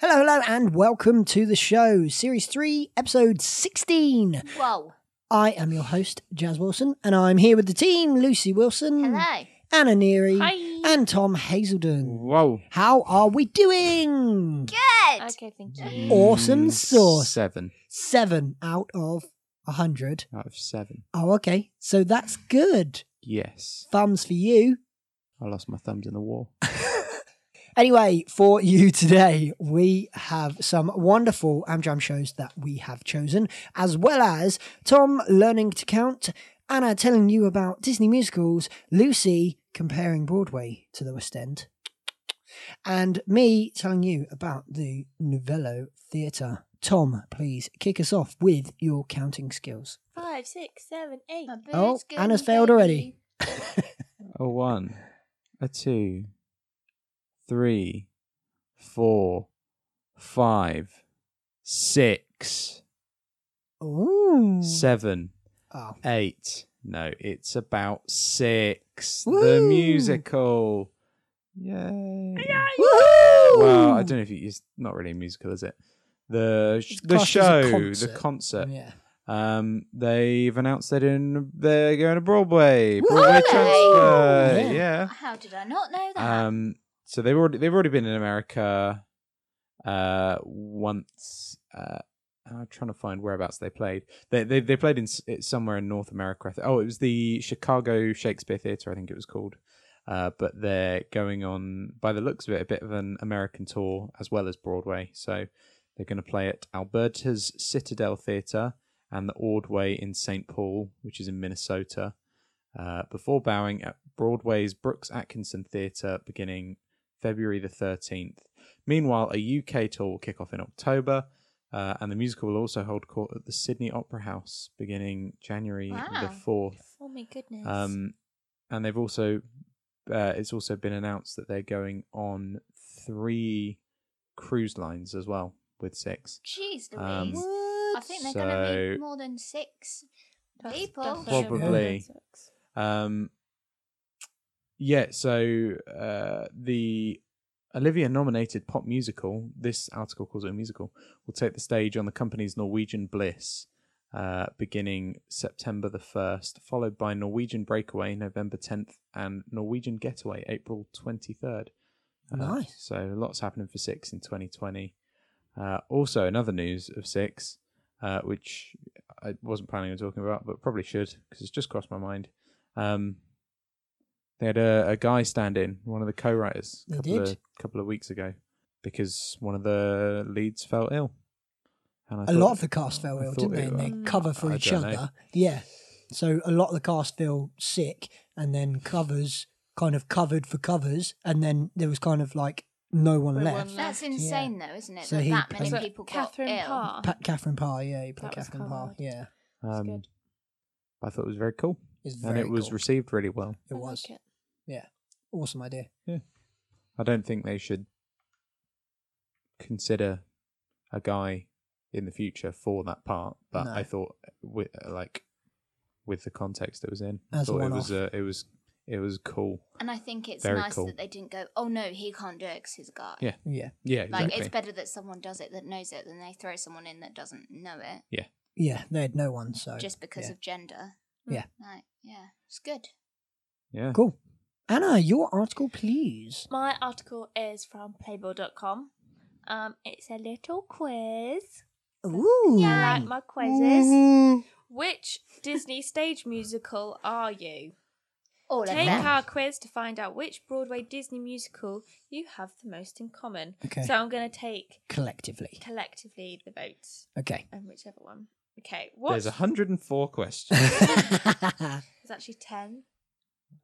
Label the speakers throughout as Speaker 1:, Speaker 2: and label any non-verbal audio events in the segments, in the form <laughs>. Speaker 1: Hello, hello, and welcome to the show, Series 3, Episode 16.
Speaker 2: Whoa.
Speaker 1: I am your host, Jazz Wilson, and I'm here with the team Lucy Wilson,
Speaker 2: Hello.
Speaker 1: Anna Neary,
Speaker 3: Hi.
Speaker 1: and Tom Hazelden.
Speaker 4: Whoa.
Speaker 1: How are we doing?
Speaker 2: Good.
Speaker 3: Okay, thank you.
Speaker 1: Awesome
Speaker 4: Mm,
Speaker 1: sauce.
Speaker 4: Seven
Speaker 1: Seven out of a hundred.
Speaker 4: out of seven.
Speaker 1: Oh, okay. So that's good.
Speaker 4: Yes.
Speaker 1: Thumbs for you.
Speaker 4: I lost my thumbs in the wall.
Speaker 1: Anyway, for you <laughs> today, we have some wonderful Amjam shows that we have chosen, as well as Tom learning to count, Anna telling you about Disney musicals, Lucy comparing Broadway to the West End, and me telling you about the Novello Theatre. Tom, please kick us off with your counting skills.
Speaker 3: Five, six, seven, eight.
Speaker 2: My bird's
Speaker 1: Oh,
Speaker 2: going
Speaker 1: Anna's failed already.
Speaker 4: A one, a two, three, four, five, six,
Speaker 1: Ooh.
Speaker 4: seven,
Speaker 1: Oh.
Speaker 4: eight. No, it's about six. The
Speaker 1: Woo.
Speaker 4: musical. Yay.
Speaker 1: Woohoo!
Speaker 4: Well, I don't know if you, it's not really a musical, is it? The sh-
Speaker 1: It's
Speaker 4: the
Speaker 1: classed as a
Speaker 4: show, the
Speaker 1: concert.
Speaker 4: concert.
Speaker 1: Yeah.
Speaker 4: Um, they've announced they're doing they're going to Broadway.
Speaker 1: Woo!
Speaker 4: Broadway
Speaker 2: Are
Speaker 1: they?
Speaker 4: transfer. Yeah.
Speaker 2: How did I not know that?
Speaker 4: Oh. Um, so they've already they've already been in America uh once uh I'm trying to find whereabouts they played. They they they played in s- it's somewhere in North America. I thi- Oh, it was the Chicago Shakespeare Theater, I think it was called. Uh, but they're going on, by the looks of it, a bit of an American tour as well as Broadway. So they're going to play at Alberta's Citadel Theatre and the Ordway in St. Paul, which is in Minnesota, uh, before bowing at Broadway's Brooks Atkinson Theatre beginning February the 13th. Meanwhile, a UK tour will kick off in October, uh, and the musical will also hold court at the Sydney Opera House beginning January the
Speaker 2: Wow.
Speaker 4: 4th.
Speaker 3: Oh my goodness.
Speaker 4: Um, and they've also, uh, it's also been announced that they're going on three cruise lines as well with six.
Speaker 2: Jeez
Speaker 4: um,
Speaker 2: Louise. I think they're going to
Speaker 4: so-
Speaker 2: need more than six.
Speaker 3: That's-
Speaker 2: people.
Speaker 3: that's seven,
Speaker 4: Probably.
Speaker 3: six.
Speaker 4: Um, yeah, so uh, the Olivia nominated pop musical, this article calls it a musical, will take the stage on the company's Norwegian Bliss. Uh, beginning September the 1st, followed by Norwegian Breakaway November 10th and Norwegian Getaway April 23rd. Uh,
Speaker 1: Nice.
Speaker 4: So lots happening for Six in 2020. Uh, also, another news of Six, uh, which I wasn't planning on talking about, but probably should because it's just crossed my mind. Um, they had a, a guy stand in, one of the co-writers,
Speaker 1: They
Speaker 4: a couple,
Speaker 1: did?
Speaker 4: Of, couple of weeks ago, because one of the leads fell ill. And I
Speaker 1: a lot of the cast fell
Speaker 4: I
Speaker 1: ill,
Speaker 4: thought
Speaker 1: didn't they?
Speaker 4: it
Speaker 1: And they
Speaker 3: was-
Speaker 1: cover for
Speaker 4: I
Speaker 1: each
Speaker 4: don't know.
Speaker 1: other. Yeah. So a lot of the cast fell sick, and then covers kind of covered for covers, and then there was kind of like no one
Speaker 3: No
Speaker 1: left.
Speaker 3: one
Speaker 2: That's insane, though, isn't it?
Speaker 1: Mm. So
Speaker 2: that
Speaker 1: he
Speaker 2: that many
Speaker 1: played-
Speaker 2: people got
Speaker 3: Catherine
Speaker 2: ill.
Speaker 3: Parr.
Speaker 1: Pa- Catherine Parr, yeah, he played
Speaker 3: That was
Speaker 1: Catherine Parr.
Speaker 3: covered.
Speaker 1: Yeah,
Speaker 3: That's
Speaker 4: um,
Speaker 3: good.
Speaker 4: I thought it was very cool,
Speaker 1: it's
Speaker 4: and
Speaker 1: very
Speaker 4: it was
Speaker 1: cool.
Speaker 4: received really well.
Speaker 1: it
Speaker 3: I
Speaker 1: was
Speaker 3: like it.
Speaker 1: awesome idea.
Speaker 4: I don't think they should consider a guy in the future for that part. But
Speaker 1: No.
Speaker 4: I thought, with, like, with the context it was in, I
Speaker 1: As a
Speaker 4: thought it was uh, it was it was cool.
Speaker 2: And I think it's
Speaker 4: Very
Speaker 2: nice
Speaker 4: cool.
Speaker 2: that they didn't go, oh no, he can't do it 'cause he's a guy.
Speaker 4: Yeah,
Speaker 1: Yeah,
Speaker 4: Yeah,
Speaker 2: Like,
Speaker 4: exactly.
Speaker 2: it's better that someone does it that knows it than they throw someone in that doesn't know it
Speaker 1: yeah, they had no one, so
Speaker 2: just because of gender.
Speaker 1: Yeah.
Speaker 2: Like, yeah, it's good.
Speaker 4: yeah.
Speaker 1: cool. Anna, your article, please.
Speaker 3: My article is from Playboy.com. Um, it's a little quiz.
Speaker 1: Ooh,
Speaker 3: I like my quizzes. Which Disney stage musical are you?
Speaker 2: All
Speaker 3: Take
Speaker 2: of them.
Speaker 3: our quiz to find out which Broadway Disney musical you have the most in common.
Speaker 1: Okay.
Speaker 3: So I'm going to take
Speaker 1: collectively.
Speaker 3: collectively the votes
Speaker 1: Okay. <laughs>
Speaker 3: and Um, whichever one. Okay. What?
Speaker 4: There's
Speaker 1: <laughs>
Speaker 4: 104 questions.
Speaker 3: It's actually 10.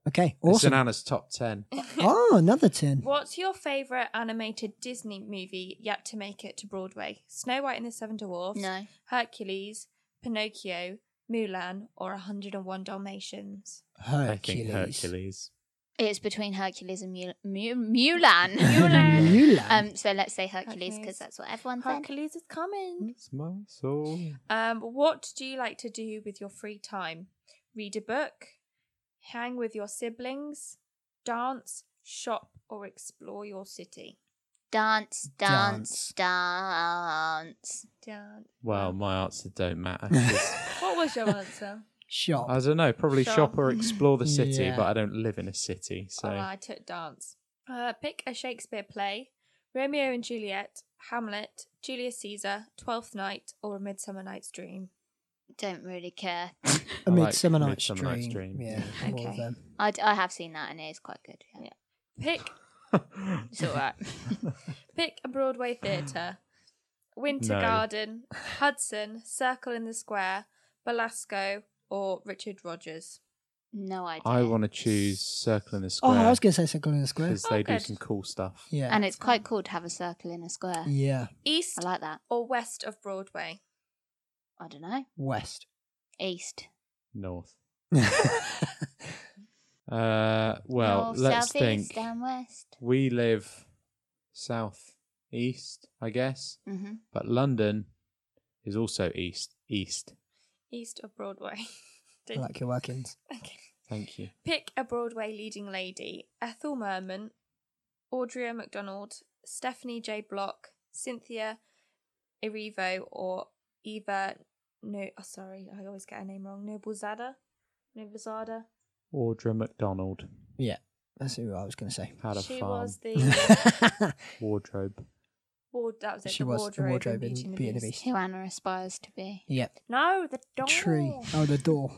Speaker 1: okay,
Speaker 4: It's an
Speaker 1: awesome.
Speaker 4: Anna's top 10.
Speaker 1: <laughs> Oh, another ten.
Speaker 3: What's your favourite animated Disney movie yet to make it to Broadway? Snow White and the Seven Dwarfs,
Speaker 2: No.
Speaker 3: Hercules, Pinocchio, Mulan, or 101 Dalmatians?
Speaker 4: I think
Speaker 1: Hercules.
Speaker 4: Hercules.
Speaker 2: It's between Hercules and Mul- Mu- Mulan.
Speaker 1: <laughs>
Speaker 2: <laughs>
Speaker 1: Mulan.
Speaker 2: Um, so let's say Hercules
Speaker 3: Hercules.
Speaker 2: because that's what everyone said.
Speaker 3: Hercules is coming.
Speaker 4: It's my soul.
Speaker 3: Um, what do you like to do with your free time? Read a book, hang with your siblings, dance, shop, or explore your city?
Speaker 2: Dance, dance, dance.
Speaker 3: Dance.
Speaker 4: Well, my answer don't
Speaker 1: <laughs>
Speaker 4: matter. 'cause
Speaker 3: What was your answer?
Speaker 1: Shop.
Speaker 4: I don't know. Probably
Speaker 3: Sure.
Speaker 4: shop or explore the city,
Speaker 1: Yeah.
Speaker 4: but I don't live in a city, so
Speaker 3: Oh, I took dance. Uh, pick a Shakespeare play: Romeo and Juliet, Hamlet, Julius Caesar, Twelfth Night, or A Midsummer Night's Dream.
Speaker 2: Don't really <laughs> care.
Speaker 1: A
Speaker 4: I like
Speaker 1: Midsummer Night's
Speaker 4: Midsummer
Speaker 1: Dream.
Speaker 4: Night's Dream.
Speaker 1: Yeah, all of
Speaker 2: Okay.
Speaker 1: them.
Speaker 2: I, d- I have seen that and it is quite good. Yeah.
Speaker 4: <laughs>
Speaker 3: Pick
Speaker 2: It's all right.
Speaker 3: pick a Broadway theatre: Winter
Speaker 4: No.
Speaker 3: Garden, Hudson, Circle in the Square, Belasco, or Richard Rogers.
Speaker 2: No idea.
Speaker 4: I want to choose Circle in the
Speaker 1: Oh,
Speaker 4: Square.
Speaker 1: I was going to say Circle in the Square.
Speaker 4: because they
Speaker 3: Oh,
Speaker 4: do
Speaker 3: good.
Speaker 4: some cool stuff.
Speaker 1: Yeah.
Speaker 2: And uh, it's quite cool to have a circle in a square.
Speaker 1: yeah.
Speaker 3: East
Speaker 2: I like that.
Speaker 3: or west of Broadway?
Speaker 2: I don't know. <laughs>
Speaker 1: West.
Speaker 2: East.
Speaker 4: North.
Speaker 1: yeah.
Speaker 4: Uh, well,
Speaker 2: North,
Speaker 4: let's
Speaker 2: south,
Speaker 4: think.
Speaker 2: east, and west.
Speaker 4: We live south east, I guess,
Speaker 2: hmm
Speaker 4: but London is also east east.
Speaker 3: East of Broadway. <laughs>
Speaker 1: I
Speaker 3: Don't-
Speaker 1: like your workings.
Speaker 3: okay.
Speaker 4: Thank you.
Speaker 3: Pick a Broadway leading lady Ethel Merman, Audrea McDonald, Stephanie J. Block, Cynthia Erivo, or Eva. No, oh, sorry, I always get her name wrong. Noblezada? Noblezada?
Speaker 4: Audra McDonald
Speaker 1: Yeah. That's who I was going to say. <laughs>
Speaker 4: had a
Speaker 3: She
Speaker 4: farm
Speaker 3: was the. <laughs>
Speaker 4: wardrobe.
Speaker 3: ward, that was it,
Speaker 1: She
Speaker 3: the
Speaker 1: was the
Speaker 3: wardrobe,
Speaker 1: wardrobe
Speaker 3: in Beauty and the Beast.
Speaker 2: Who Anna aspires to <laughs> be.
Speaker 1: yeah.
Speaker 3: No, the door.
Speaker 1: Tree. Oh, the door.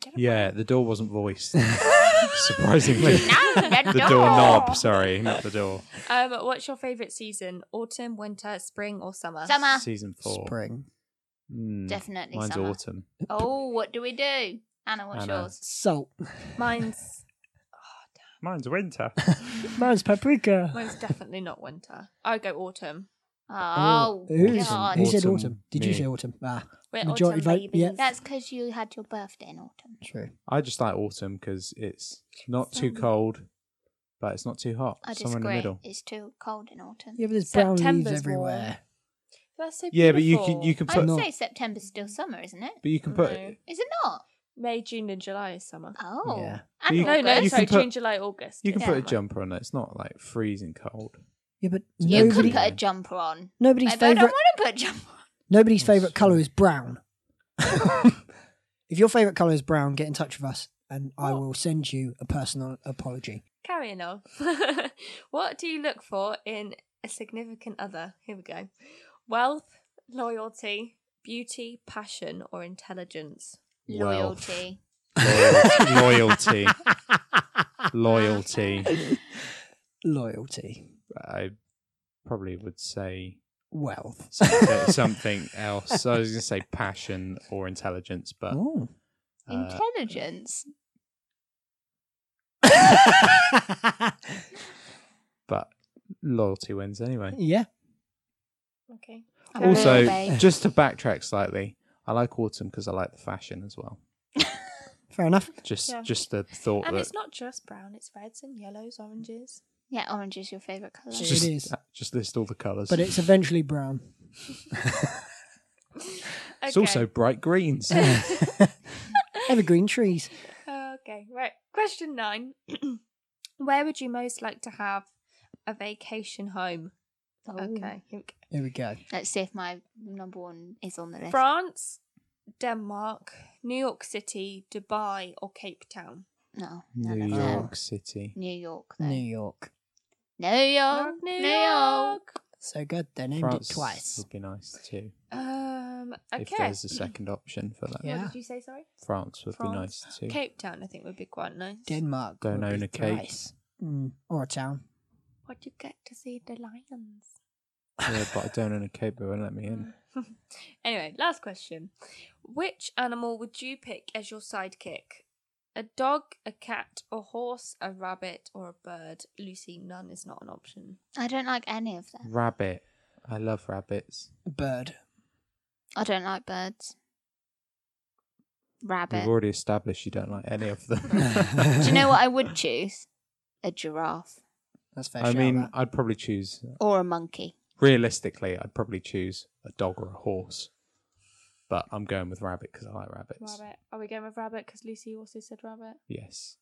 Speaker 3: Get it
Speaker 4: Yeah, the door wasn't voiced. <laughs> Surprisingly,
Speaker 2: the,
Speaker 4: <laughs> the door knob. Sorry, not the door.
Speaker 3: right. Um, what's your favourite season? Autumn, winter, spring, or summer?
Speaker 2: Summer.
Speaker 4: Season four.
Speaker 1: Spring.
Speaker 4: Mm,
Speaker 2: Ah. Definitely
Speaker 4: Mine's
Speaker 2: summer.
Speaker 4: autumn.
Speaker 2: Oh, what do we do? Anna, what's
Speaker 4: Anna.
Speaker 2: yours?
Speaker 1: Salt.
Speaker 3: Mine's
Speaker 4: Mine's <laughs> winter.
Speaker 1: Mine's paprika.
Speaker 3: Mine's definitely not winter. I go autumn.
Speaker 2: Oh,
Speaker 1: who
Speaker 4: Autumn.
Speaker 2: God.
Speaker 1: who said
Speaker 4: Autumn.
Speaker 1: autumn? Did you
Speaker 4: Me.
Speaker 1: say autumn? Ah,
Speaker 3: We're
Speaker 1: Majority
Speaker 3: autumn
Speaker 1: vote,
Speaker 3: babies.
Speaker 1: yeah.
Speaker 2: That's because you had your birthday in autumn.
Speaker 1: true.
Speaker 4: I just like autumn because it's not too
Speaker 3: Summer.
Speaker 4: cold, but it's not too hot.
Speaker 2: I
Speaker 4: Somewhere in the
Speaker 2: disagree.
Speaker 4: middle.
Speaker 2: It's too cold in autumn.
Speaker 1: Yeah, but there's brown leaves
Speaker 3: September's
Speaker 1: everywhere.
Speaker 3: That's so
Speaker 4: Yeah, but you
Speaker 3: beautiful.
Speaker 4: can you can
Speaker 2: I would
Speaker 4: put
Speaker 1: No.
Speaker 2: say September's still summer, isn't it?
Speaker 4: but you can put
Speaker 3: No.
Speaker 2: Is it not?
Speaker 3: May, June, and July is summer.
Speaker 2: Oh.
Speaker 1: Yeah.
Speaker 2: And
Speaker 4: You-
Speaker 3: No, no,
Speaker 2: August.
Speaker 4: you
Speaker 3: sorry,
Speaker 4: can put-
Speaker 3: June, July, August.
Speaker 4: you can
Speaker 3: is
Speaker 4: put a
Speaker 3: summer.
Speaker 4: jumper on it. It's not like freezing cold. <laughs>
Speaker 1: Yeah, but
Speaker 2: You
Speaker 1: nobody,
Speaker 2: could put a jumper on.
Speaker 1: nobody's
Speaker 2: Maybe I don't
Speaker 1: favorite
Speaker 2: want to put a jumper on.
Speaker 1: nobody's
Speaker 4: That's
Speaker 1: favorite color is brown. <laughs> if your favorite color is brown, get in touch with us, and I
Speaker 3: What?
Speaker 1: will send you a personal apology.
Speaker 3: Carrying on. <laughs> what do you look for in a significant other? Here we go. Wealth, loyalty, beauty, passion, or intelligence.
Speaker 4: Wealth.
Speaker 2: Loyalty.
Speaker 4: <laughs> Loyalty. Loyalty. Loyalty.
Speaker 1: Loyalty,
Speaker 4: I probably would say
Speaker 1: wealth.
Speaker 4: something, something else. I was going to say passion or intelligence, but
Speaker 1: Oh.
Speaker 4: uh,
Speaker 2: Intelligence.
Speaker 4: but loyalty wins anyway.
Speaker 1: yeah,
Speaker 3: Okay.
Speaker 2: I'm a
Speaker 4: Also,
Speaker 2: little babe.
Speaker 4: just to backtrack slightly, I like autumn because I like the fashion as well.
Speaker 1: fair enough.
Speaker 4: Just
Speaker 3: Yeah.
Speaker 4: just the thought
Speaker 3: And
Speaker 4: that
Speaker 3: it's not just brown, it's reds and yellows, oranges.
Speaker 2: yeah, orange is your favourite colour.
Speaker 1: It
Speaker 4: just,
Speaker 1: is.
Speaker 4: just list all the colours.
Speaker 1: But
Speaker 4: <laughs>
Speaker 1: it's eventually brown.
Speaker 4: It's also
Speaker 1: <laughs>
Speaker 4: bright greens. I
Speaker 1: Evergreen trees.
Speaker 3: Okay, right. Question nine. <clears throat> Where would you most like to have a vacation home?
Speaker 2: Oh.
Speaker 3: Okay. here we go.
Speaker 1: Here we go.
Speaker 2: Let's see if my number one is on the list.
Speaker 3: France, Denmark, New York City, Dubai, or Cape Town?
Speaker 2: no, none
Speaker 4: New
Speaker 2: of them.
Speaker 4: York City.
Speaker 2: New York, though.
Speaker 1: New
Speaker 2: New,
Speaker 1: York. Oh,
Speaker 2: York, New York.
Speaker 1: So good. They named
Speaker 4: France
Speaker 1: it twice.
Speaker 4: would be nice too.
Speaker 3: Um,
Speaker 4: If
Speaker 3: okay.
Speaker 4: there's a second option for that,
Speaker 1: Yeah.
Speaker 3: What did you say, sorry?
Speaker 4: France would be
Speaker 3: France.
Speaker 4: nice too.
Speaker 3: Cape Town, I think, would be quite nice.
Speaker 1: Denmark.
Speaker 4: Don't
Speaker 1: would
Speaker 4: own
Speaker 1: be
Speaker 4: a cake.
Speaker 1: thrice. Mm, or a town.
Speaker 3: What do you get to see the lions? <laughs>
Speaker 4: Yeah, but I don't own a cape. They won't let me in.
Speaker 3: anyway, last question. Which animal would you pick as your sidekick? A dog, a cat, a horse, a rabbit, or a bird? Lucy, none is not an option.
Speaker 2: I don't like any of
Speaker 3: Mm.
Speaker 2: them.
Speaker 4: Rabbit. I love rabbits.
Speaker 1: A bird.
Speaker 2: I don't like birds. Rabbit.
Speaker 4: We've already established you don't like any of
Speaker 3: <laughs>
Speaker 4: them. <laughs>
Speaker 2: Do you know what I would choose? A giraffe
Speaker 1: That's fair.
Speaker 4: I
Speaker 1: shout,
Speaker 4: mean,
Speaker 1: that.
Speaker 4: I'd probably choose.
Speaker 2: or a monkey.
Speaker 4: Realistically, I'd probably choose a dog or a horse. But I'm going with rabbit because I like rabbits.
Speaker 3: Rabbit. Are we going with rabbit? Because Lucy also said rabbit.
Speaker 4: Yes.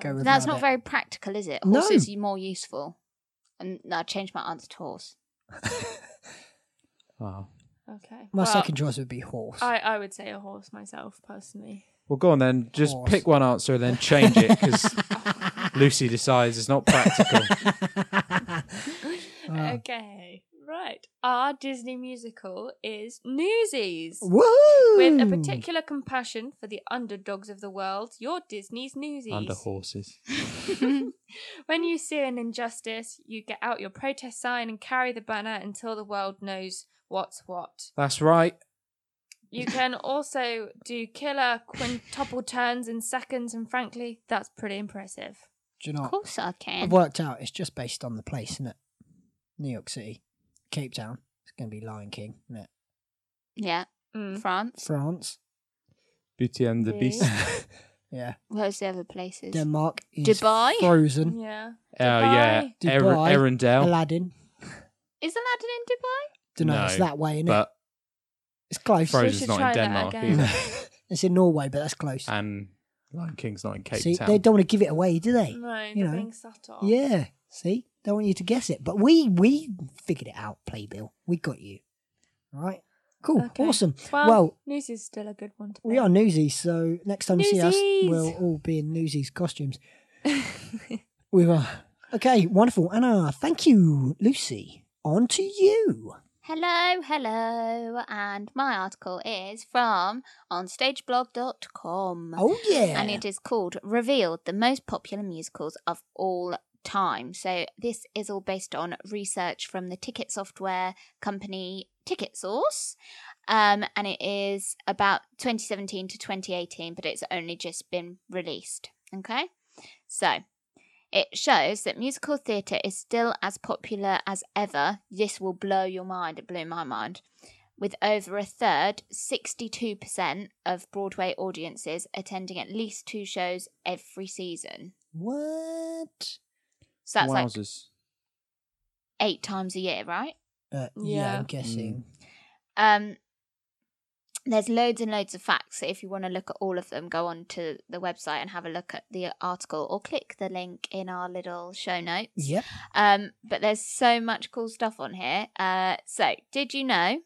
Speaker 1: Go with
Speaker 2: That's not
Speaker 1: rabbit.
Speaker 2: very practical, is it?
Speaker 1: No.
Speaker 2: Horses are more useful. And I changed my answer to horse.
Speaker 4: Oh.
Speaker 3: Okay.
Speaker 1: My
Speaker 3: well,
Speaker 1: second choice would be horse.
Speaker 3: I, I would say a horse myself, personally.
Speaker 4: Well, go on then. Just
Speaker 1: Horse.
Speaker 4: pick one answer and then change it
Speaker 3: <laughs>
Speaker 4: because Lucy decides it's not practical.
Speaker 1: Ah.
Speaker 3: Okay. Right. Our Disney musical is Newsies.
Speaker 1: Woohoo!
Speaker 3: With a particular compassion for the underdogs of the world, your Disney's Newsies.
Speaker 4: Under horses.
Speaker 3: When you see an injustice, you get out your protest sign and carry the banner until the world knows what's what.
Speaker 4: That's right.
Speaker 1: <laughs>
Speaker 3: You can also do killer quintuple turns in seconds, and frankly, that's pretty impressive.
Speaker 1: Do you know
Speaker 2: Of
Speaker 1: Oh. what?
Speaker 2: course I can.
Speaker 1: I've worked out it's just based on the place, isn't it? New York City, Cape Town. It's going to be Lion King, isn't it?
Speaker 2: Yeah,
Speaker 3: Mm.
Speaker 2: France.
Speaker 1: France,
Speaker 4: Beauty and the
Speaker 3: Really?
Speaker 4: Beast.
Speaker 1: yeah.
Speaker 2: Where's the other places?
Speaker 1: Denmark is
Speaker 2: Dubai?
Speaker 1: frozen.
Speaker 3: Yeah.
Speaker 4: Oh, yeah.
Speaker 3: Dubai.
Speaker 4: Er-
Speaker 1: Dubai.
Speaker 4: Arendelle.
Speaker 1: Aladdin.
Speaker 2: Isn't that
Speaker 1: Don't know. It's
Speaker 4: No,
Speaker 1: that way, is
Speaker 4: But
Speaker 1: It's close.
Speaker 4: Frozen's
Speaker 3: should
Speaker 4: not in
Speaker 3: try that
Speaker 4: Denmark
Speaker 3: again.
Speaker 4: either.
Speaker 1: It's in Norway, but that's close.
Speaker 4: And Lion King's not in Cape
Speaker 1: See,
Speaker 4: Town.
Speaker 1: they don't want to give it away, do they?
Speaker 3: No, they're
Speaker 1: You know.
Speaker 3: being subtle.
Speaker 1: Yeah. See, don't want you to guess it, but we we figured it out, Playbill. We got you. All right. Cool.
Speaker 3: Okay.
Speaker 1: oh, Awesome.
Speaker 3: Well,
Speaker 1: Well-
Speaker 3: news is still a good one to
Speaker 1: We are newsies, so next time you see us,
Speaker 3: Newsies!
Speaker 1: we'll all be in newsies costumes. <laughs> we were. Okay, wonderful. Anna, thank you. Lucy, on to you.
Speaker 2: in Dubai? Hello, hello. And my article is from onstageblog.com.
Speaker 1: Oh, yeah.
Speaker 2: And it is called Revealed, the most popular musicals of all time. So this is all based on research from the ticket software company Ticket Source. Um, and it is about 2017 to 2018, but it's only just been released. Okay. So it shows that musical theatre is still as popular as ever. This will blow your mind. It blew my mind with over a third, 62% of Broadway audiences attending at least two shows every season.
Speaker 1: What?
Speaker 2: So that's like
Speaker 4: Wowzers.
Speaker 2: eight times a year, right?
Speaker 1: Uh, yeah.
Speaker 3: Yeah.
Speaker 1: I'm guessing.
Speaker 2: Um, there's loads and loads of facts. So if you want to look at all of them, go on to the website and have a look at the article or click the link in our little show notes.
Speaker 1: Yep.
Speaker 2: Um, but there's so much cool stuff on here. Uh, so, did you know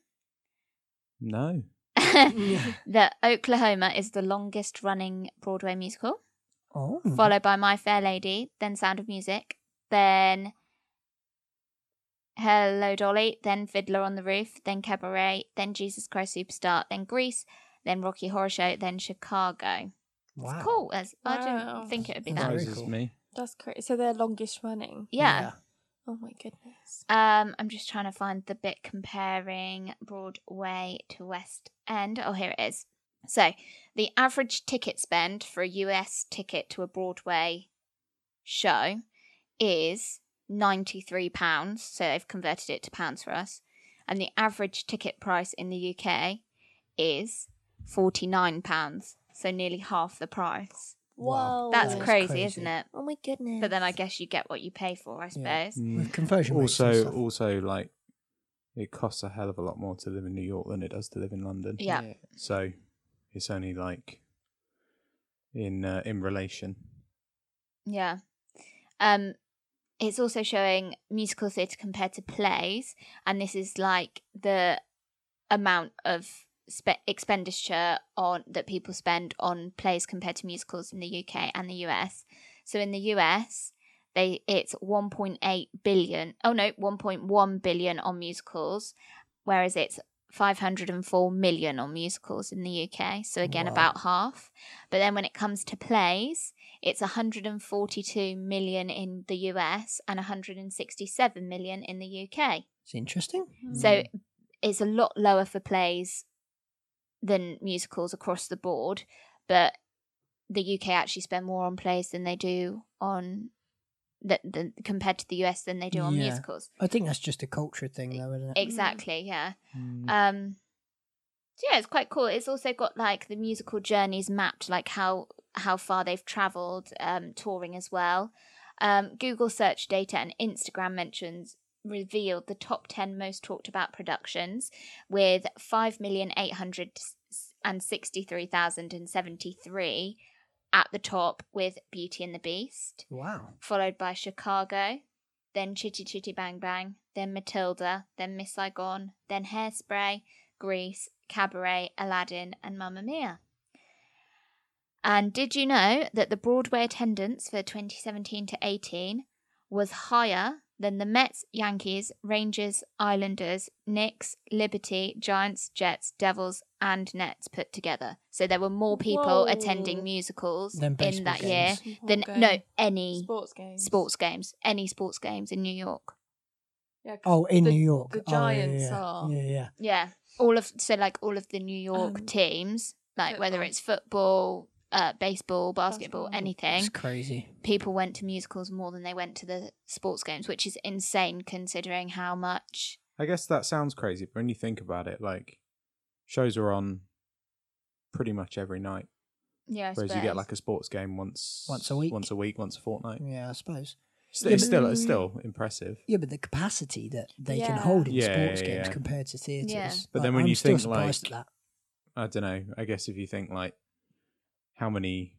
Speaker 2: <laughs>
Speaker 4: No.
Speaker 2: that Oklahoma is the longest running Broadway musical?
Speaker 1: <laughs> Oh.
Speaker 2: followed by My Fair Lady, then Sound of Music, then Hello Dolly, then Fiddler on the Roof, then Cabaret, then Jesus Christ Superstar, then Grease, then Rocky Horror Show, then Chicago.
Speaker 1: wow.
Speaker 2: It's cool. That's, I
Speaker 3: Wow.
Speaker 2: didn't think it would be that.
Speaker 1: Very
Speaker 4: Surprises
Speaker 1: cool.
Speaker 4: me.
Speaker 3: That's crazy. So they're longest running.
Speaker 2: Yeah.
Speaker 3: Oh my goodness.
Speaker 2: Um, I'm just trying to find the bit comparing Broadway to West End. Oh, here it is. So, the average ticket spend for a US ticket to a Broadway show is £93. So, they've converted it to pounds for us. And the average ticket price in the UK is £49. So, nearly half the price.
Speaker 1: Wow. Oh.
Speaker 2: That's
Speaker 1: That's
Speaker 2: crazy,
Speaker 1: crazy.
Speaker 2: isn't it?
Speaker 3: Oh my goodness.
Speaker 2: But then I guess you get what you pay for, I
Speaker 1: Yeah.
Speaker 2: suppose.
Speaker 1: With conversion rates and
Speaker 4: Also,
Speaker 1: stuff.
Speaker 4: also like it costs a hell of a lot more to live in New York than it does to live in London.
Speaker 2: Yeah.
Speaker 4: So it's only like in uh, in relation.
Speaker 2: Yeah. Um it's also showing musical theatre compared to plays and this is like the amount of spe- expenditure on that people spend on plays compared to musicals in the UK and the US. So in the US they it's 1.8 billion. Oh no, 1.1 billion on musicals whereas it's 504 million on musicals in the UK. So again
Speaker 1: Wow.
Speaker 2: about half. But then when it comes to plays it's 142 million in the US and 167 million in the UK.
Speaker 1: It's interesting.
Speaker 3: Mm.
Speaker 2: So it's a lot lower for plays than musicals across the board, but the UK actually spend more on plays than they do on that than compared to the US than they do on
Speaker 1: Yeah. Mm.
Speaker 2: musicals.
Speaker 1: I think that's just a culture thing, though, isn't it?
Speaker 2: Exactly, yeah.
Speaker 1: Mm.
Speaker 2: Um, so yeah, it's quite cool. It's also got like the musical journeys mapped, like how how far they've travelled, um, touring as well. Um, Google search data and Instagram mentions revealed the top ten most talked about productions, with five million eight hundred and sixty three thousand and seventy three at the top, with Beauty and the Beast,
Speaker 1: Wow.
Speaker 2: followed by Chicago, then Chitty Chitty Bang Bang, then Matilda, then Miss Saigon, then Hairspray, Grease, Cabaret, Aladdin, and Mamma Mia. And did you know that the Broadway attendance for 2017 to 18 was higher than the Mets, Yankees, Rangers, Islanders, Knicks, Liberty, Giants, Jets, Devils, and Nets put together? So there were more people
Speaker 3: Whoa.
Speaker 2: attending musicals
Speaker 1: Than
Speaker 2: in
Speaker 1: baseball
Speaker 2: that year
Speaker 1: games.
Speaker 2: than
Speaker 3: Football
Speaker 2: no
Speaker 3: game.
Speaker 2: any
Speaker 3: sports games.
Speaker 2: sports games, any sports games in New York.
Speaker 3: Yeah, 'cause
Speaker 1: Oh, in
Speaker 3: the-
Speaker 1: New York.
Speaker 3: The
Speaker 1: Oh, yeah,
Speaker 3: Giants
Speaker 1: yeah,
Speaker 3: are.
Speaker 1: Yeah, yeah.
Speaker 2: Yeah, all of so like all of the New York
Speaker 3: Um,
Speaker 2: teams, like whether
Speaker 3: football.
Speaker 2: it's football, uh, baseball, basketball,
Speaker 3: Basketball.
Speaker 1: It's
Speaker 2: anything,
Speaker 1: crazy.
Speaker 2: people went to musicals more than they went to the sports games, which is insane considering how much.
Speaker 4: I guess that sounds crazy, but when you think about it, like shows are on pretty much every night,
Speaker 2: Yeah, I
Speaker 4: whereas you
Speaker 2: suppose.
Speaker 4: get like a sports game once
Speaker 1: Once a week.
Speaker 4: once a week, once a fortnight.
Speaker 1: Yeah, I suppose.
Speaker 4: It's,
Speaker 1: Yeah,
Speaker 4: it's
Speaker 1: but-
Speaker 4: still it's still impressive.
Speaker 1: Yeah, but the capacity that they can
Speaker 3: Yeah.
Speaker 1: hold in
Speaker 4: Yeah,
Speaker 1: sports
Speaker 4: yeah,
Speaker 1: games
Speaker 4: yeah.
Speaker 1: compared to theatres.
Speaker 2: Yeah.
Speaker 4: But then when
Speaker 1: I'm
Speaker 4: you
Speaker 1: still
Speaker 4: think,
Speaker 1: surprised
Speaker 4: like-
Speaker 1: at
Speaker 4: I don't know. I guess if you think like how many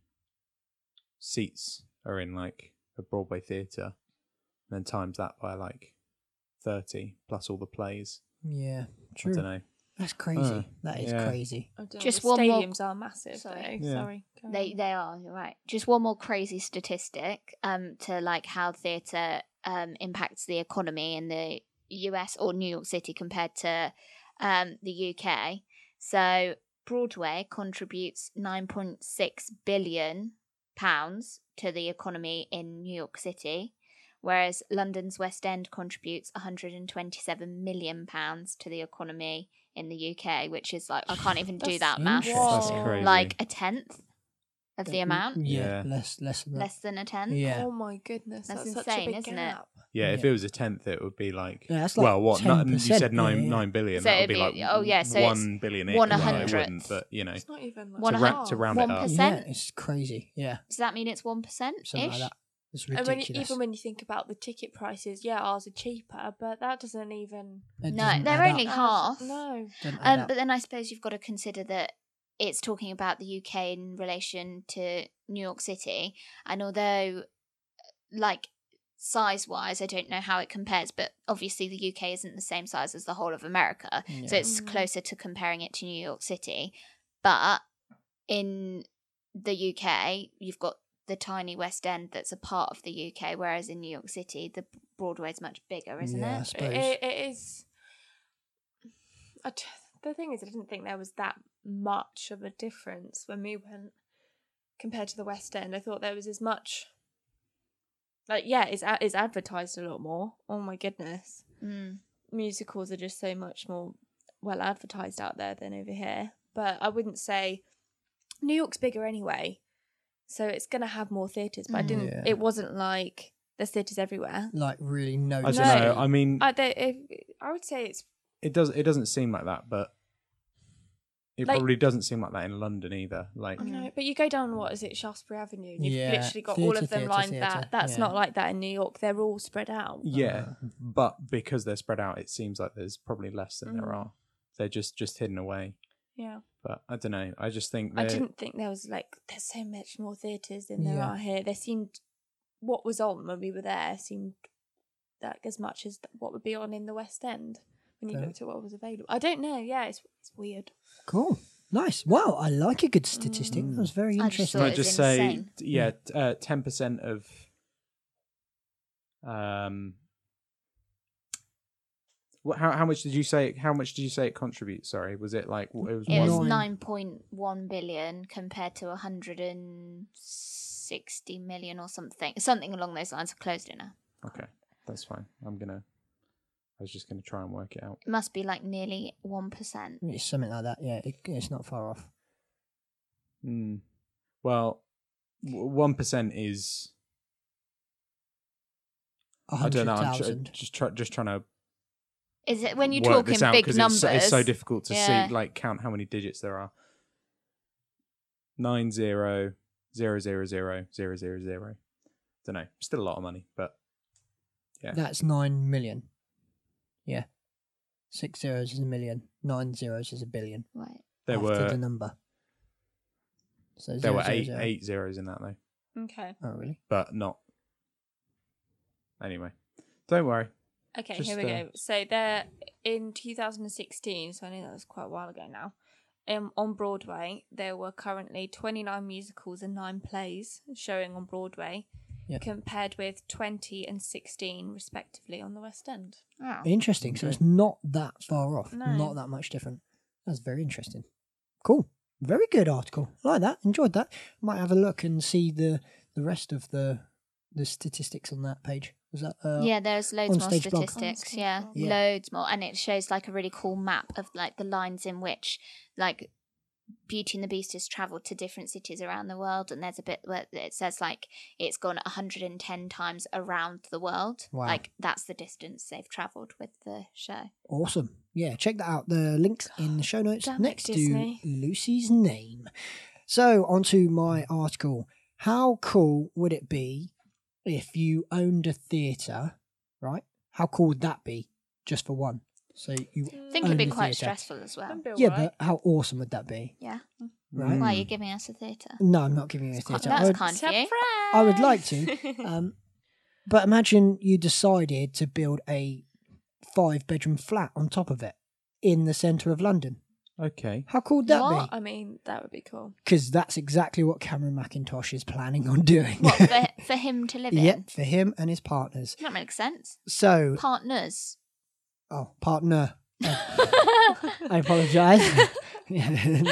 Speaker 4: seats are in like a Broadway theatre, and then times that by like thirty plus all the plays.
Speaker 1: that. Yeah, true.
Speaker 4: I don't know.
Speaker 1: That's crazy.
Speaker 4: Uh,
Speaker 1: that is
Speaker 4: yeah.
Speaker 1: crazy.
Speaker 3: I Oh, don't know,
Speaker 2: Just
Speaker 3: the
Speaker 2: one more-
Speaker 3: stadiums are massive.
Speaker 2: Sorry.
Speaker 4: Yeah.
Speaker 3: Though. Sorry. go
Speaker 2: They
Speaker 3: on.
Speaker 2: they are you're right. Just one more crazy statistic um to like how theatre um impacts the economy in the US or New York City compared to um the UK. So Broadway contributes 9.6 billion pounds to the economy in New York City, whereas London's West End contributes 127 million pounds to the economy in the UK, which is like I can't even do
Speaker 3: That's
Speaker 2: that math
Speaker 4: That's
Speaker 3: Whoa.
Speaker 4: crazy.
Speaker 2: like a tenth of the amount,
Speaker 1: Yeah,
Speaker 4: Yeah.
Speaker 1: less less than that.
Speaker 2: less than a tenth.
Speaker 1: yeah.
Speaker 3: Oh my goodness,
Speaker 2: That's
Speaker 3: that's, such a
Speaker 2: insane,
Speaker 3: big
Speaker 2: isn't it?
Speaker 3: gap.
Speaker 4: Yeah, if
Speaker 1: Yeah.
Speaker 4: it was a tenth, it would be like,
Speaker 1: Yeah, that's like
Speaker 4: well, what? Ni- you
Speaker 1: 10%,
Speaker 4: said nine
Speaker 1: yeah, yeah.
Speaker 4: nine billion.
Speaker 2: So
Speaker 4: that would
Speaker 2: it'd
Speaker 4: be,
Speaker 2: be-
Speaker 4: like
Speaker 2: oh, yeah, so it's
Speaker 4: one billion.
Speaker 2: one
Speaker 4: it- well, it
Speaker 2: hundredth.
Speaker 4: wouldn't, but you know,
Speaker 3: It's not even like
Speaker 2: One
Speaker 4: to,
Speaker 2: and a
Speaker 4: ra-
Speaker 2: half.
Speaker 4: to round it
Speaker 2: One
Speaker 4: up.
Speaker 2: percent.
Speaker 1: Yeah, it's crazy. Yeah,
Speaker 2: Does that mean it's one percent
Speaker 1: something
Speaker 2: ish? Oh,
Speaker 1: like that. It's
Speaker 3: And when you,
Speaker 1: ridiculous.
Speaker 3: even when you think about the ticket prices, yeah, ours are cheaper, but that doesn't even.
Speaker 1: It
Speaker 2: No,
Speaker 1: doesn't
Speaker 2: they're
Speaker 1: add
Speaker 2: only
Speaker 1: up.
Speaker 3: adds-
Speaker 2: half.
Speaker 3: No.
Speaker 1: Doesn't add
Speaker 2: Um,
Speaker 1: up.
Speaker 2: but then I suppose you've got to consider that it's talking about the UK in relation to New York City, and although, like, size wise, I don't know how it compares, but obviously the UK isn't the same size as the whole of America, so
Speaker 1: Yeah.
Speaker 2: it's
Speaker 3: Mm.
Speaker 2: closer to comparing it to New York City. But in the UK, you've got the tiny West End that's a part of the UK, whereas in New York City, the Broadway's much bigger, isn't
Speaker 1: yeah, I
Speaker 2: it?
Speaker 1: suppose.
Speaker 3: It, it is. I t- the thing is, I didn't think there was that much of a difference when we went compared to the West End. I thought there was as much. Like, yeah, it's, a- it's advertised a lot more. Oh my goodness.
Speaker 2: Mm.
Speaker 3: musicals are just so much more well advertised out there than over here. But I wouldn't say New York's bigger anyway, so it's going to have more theatres. But I
Speaker 2: Mm.
Speaker 3: didn't.
Speaker 4: Yeah.
Speaker 3: It wasn't like there's theatres everywhere.
Speaker 1: like really no.
Speaker 4: I don't
Speaker 3: No.
Speaker 4: know. I mean,
Speaker 3: I, they, if, I would say it's
Speaker 4: it does. It doesn't seem like that, but it
Speaker 3: Like-
Speaker 4: probably doesn't seem like that in London either. Like,
Speaker 3: no. But you go down what is it Shaftesbury Avenue? and You've
Speaker 1: Yeah,
Speaker 3: literally got all
Speaker 1: theatre,
Speaker 3: of them
Speaker 1: theatre,
Speaker 3: lined
Speaker 1: theatre,
Speaker 3: that. That's
Speaker 1: yeah.
Speaker 3: not like that in New York. They're all spread out.
Speaker 4: yeah, but because they're spread out, it seems like there's probably less than there
Speaker 3: Mm.
Speaker 4: are. They're just just hidden away.
Speaker 3: Yeah,
Speaker 4: But I don't know. I just think
Speaker 3: I
Speaker 4: they're-
Speaker 3: didn't think there was like there's so much more theatres than there
Speaker 1: Yeah.
Speaker 3: are here. There seemed what was on when we were there seemed like as much as th- what would be on in the West End when you
Speaker 1: Fair.
Speaker 3: looked at what was available. I don't know. Yeah, it's it's weird.
Speaker 1: Cool. Nice. Wow, I like a good statistic. That was very
Speaker 2: Mm. I just
Speaker 1: interesting.
Speaker 4: Can
Speaker 2: thought
Speaker 4: I
Speaker 2: it was
Speaker 4: just
Speaker 2: insane.
Speaker 4: say, t- yeah, t- uh, 10% of um, wha- how how much did you say? How much did you say it contributes? Sorry, was it like w- it was
Speaker 2: It
Speaker 4: one?
Speaker 2: was
Speaker 1: Nine.
Speaker 2: nine point one billion compared to hundred and sixty million or something, something along those lines. I've closed it now.
Speaker 4: Okay, that's fine. I'm gonna. I was just gonna try and work it out.
Speaker 2: It must be like nearly one percent.
Speaker 1: It's something like that. Yeah, it, it's not far off.
Speaker 4: Hmm. Well, one percent is. I don't know. I'm tr-
Speaker 1: 100,000.
Speaker 4: just try, just trying to
Speaker 2: Is it when you
Speaker 4: work
Speaker 2: talk in
Speaker 4: this out
Speaker 2: big
Speaker 4: because it's,
Speaker 2: numbers?
Speaker 4: so- it's so difficult to
Speaker 2: Yeah.
Speaker 4: see, like count how many digits there are. Nine zero zero zero zero zero zero zero. Don't know. Still a lot of money, but yeah.
Speaker 1: That's nine million. Yeah. Six zeros is a million. Nine zeros is a billion.
Speaker 2: Right.
Speaker 4: there
Speaker 1: after the
Speaker 4: were
Speaker 1: number. So
Speaker 4: there
Speaker 1: zero,
Speaker 4: were
Speaker 1: zero,
Speaker 4: eight
Speaker 1: zero.
Speaker 4: eight zeros in that though,
Speaker 3: Okay.
Speaker 1: Oh really?
Speaker 4: but not. Anyway, Don't worry.
Speaker 3: Okay,
Speaker 4: Just,
Speaker 3: here we
Speaker 4: uh,
Speaker 3: go. So they're in 2016, so I know that was quite a while ago now. Um, on Broadway, there were currently 29 musicals and nine plays showing on Broadway,
Speaker 1: Yeah.
Speaker 3: compared with 20 and 16 respectively on the West End.
Speaker 1: Oh.
Speaker 2: Wow.
Speaker 1: Interesting. So
Speaker 4: Mm-hmm.
Speaker 1: it's not that far off.
Speaker 3: No.
Speaker 1: Not that much different. That's very interesting. Cool. Very good article. I like that. Enjoyed that. Might have a look and see the the rest of the the statistics on that page. Was that uh,
Speaker 2: yeah, there's loads more
Speaker 1: on-stage blog.
Speaker 2: statistics.
Speaker 3: On-stage
Speaker 2: Yeah,
Speaker 3: blog.
Speaker 1: Yeah.
Speaker 2: loads more, and it shows like a really cool map of like the lines in which like Beauty and the Beast has traveled to different cities around the world, and there's a bit where it says like it's gone 110 times around the world.
Speaker 1: Wow.
Speaker 2: Like that's the distance they've traveled with the show.
Speaker 1: Awesome. Yeah, check that out. The link's in the show notes
Speaker 3: Damn it,
Speaker 1: next to
Speaker 3: Disney.
Speaker 1: Lucy's name. So, onto my article. How cool would it be if you owned a theatre, right? How cool would that be just for one? So, you.
Speaker 2: I think it'd be
Speaker 1: Only
Speaker 2: quite
Speaker 1: Oh, theatre.
Speaker 2: stressful as well.
Speaker 3: That'd be
Speaker 1: Yeah,
Speaker 3: alright.
Speaker 1: but how awesome would that be,
Speaker 2: Yeah.
Speaker 1: right?
Speaker 4: Mm.
Speaker 2: Why are you giving us
Speaker 1: <laughs>
Speaker 2: a theatre?
Speaker 1: No, I'm not giving you a
Speaker 2: That's
Speaker 1: theatre. I would-
Speaker 2: kind of you.
Speaker 3: Surprise!
Speaker 1: I would like
Speaker 3: <laughs>
Speaker 1: to. Um, but imagine you decided to build a five bedroom flat on top of it in the centre of London.
Speaker 4: Okay.
Speaker 1: How cool would that be?
Speaker 2: What?
Speaker 3: I mean, that would be cool.
Speaker 1: because that's exactly what Cameron McIntosh is planning on doing. <laughs>
Speaker 2: What for, for him to live in?
Speaker 1: yep, for him and his partners.
Speaker 2: That makes sense.
Speaker 1: So,
Speaker 2: Partners.
Speaker 1: oh,
Speaker 2: <laughs>
Speaker 1: partner. I apologise. Yeah.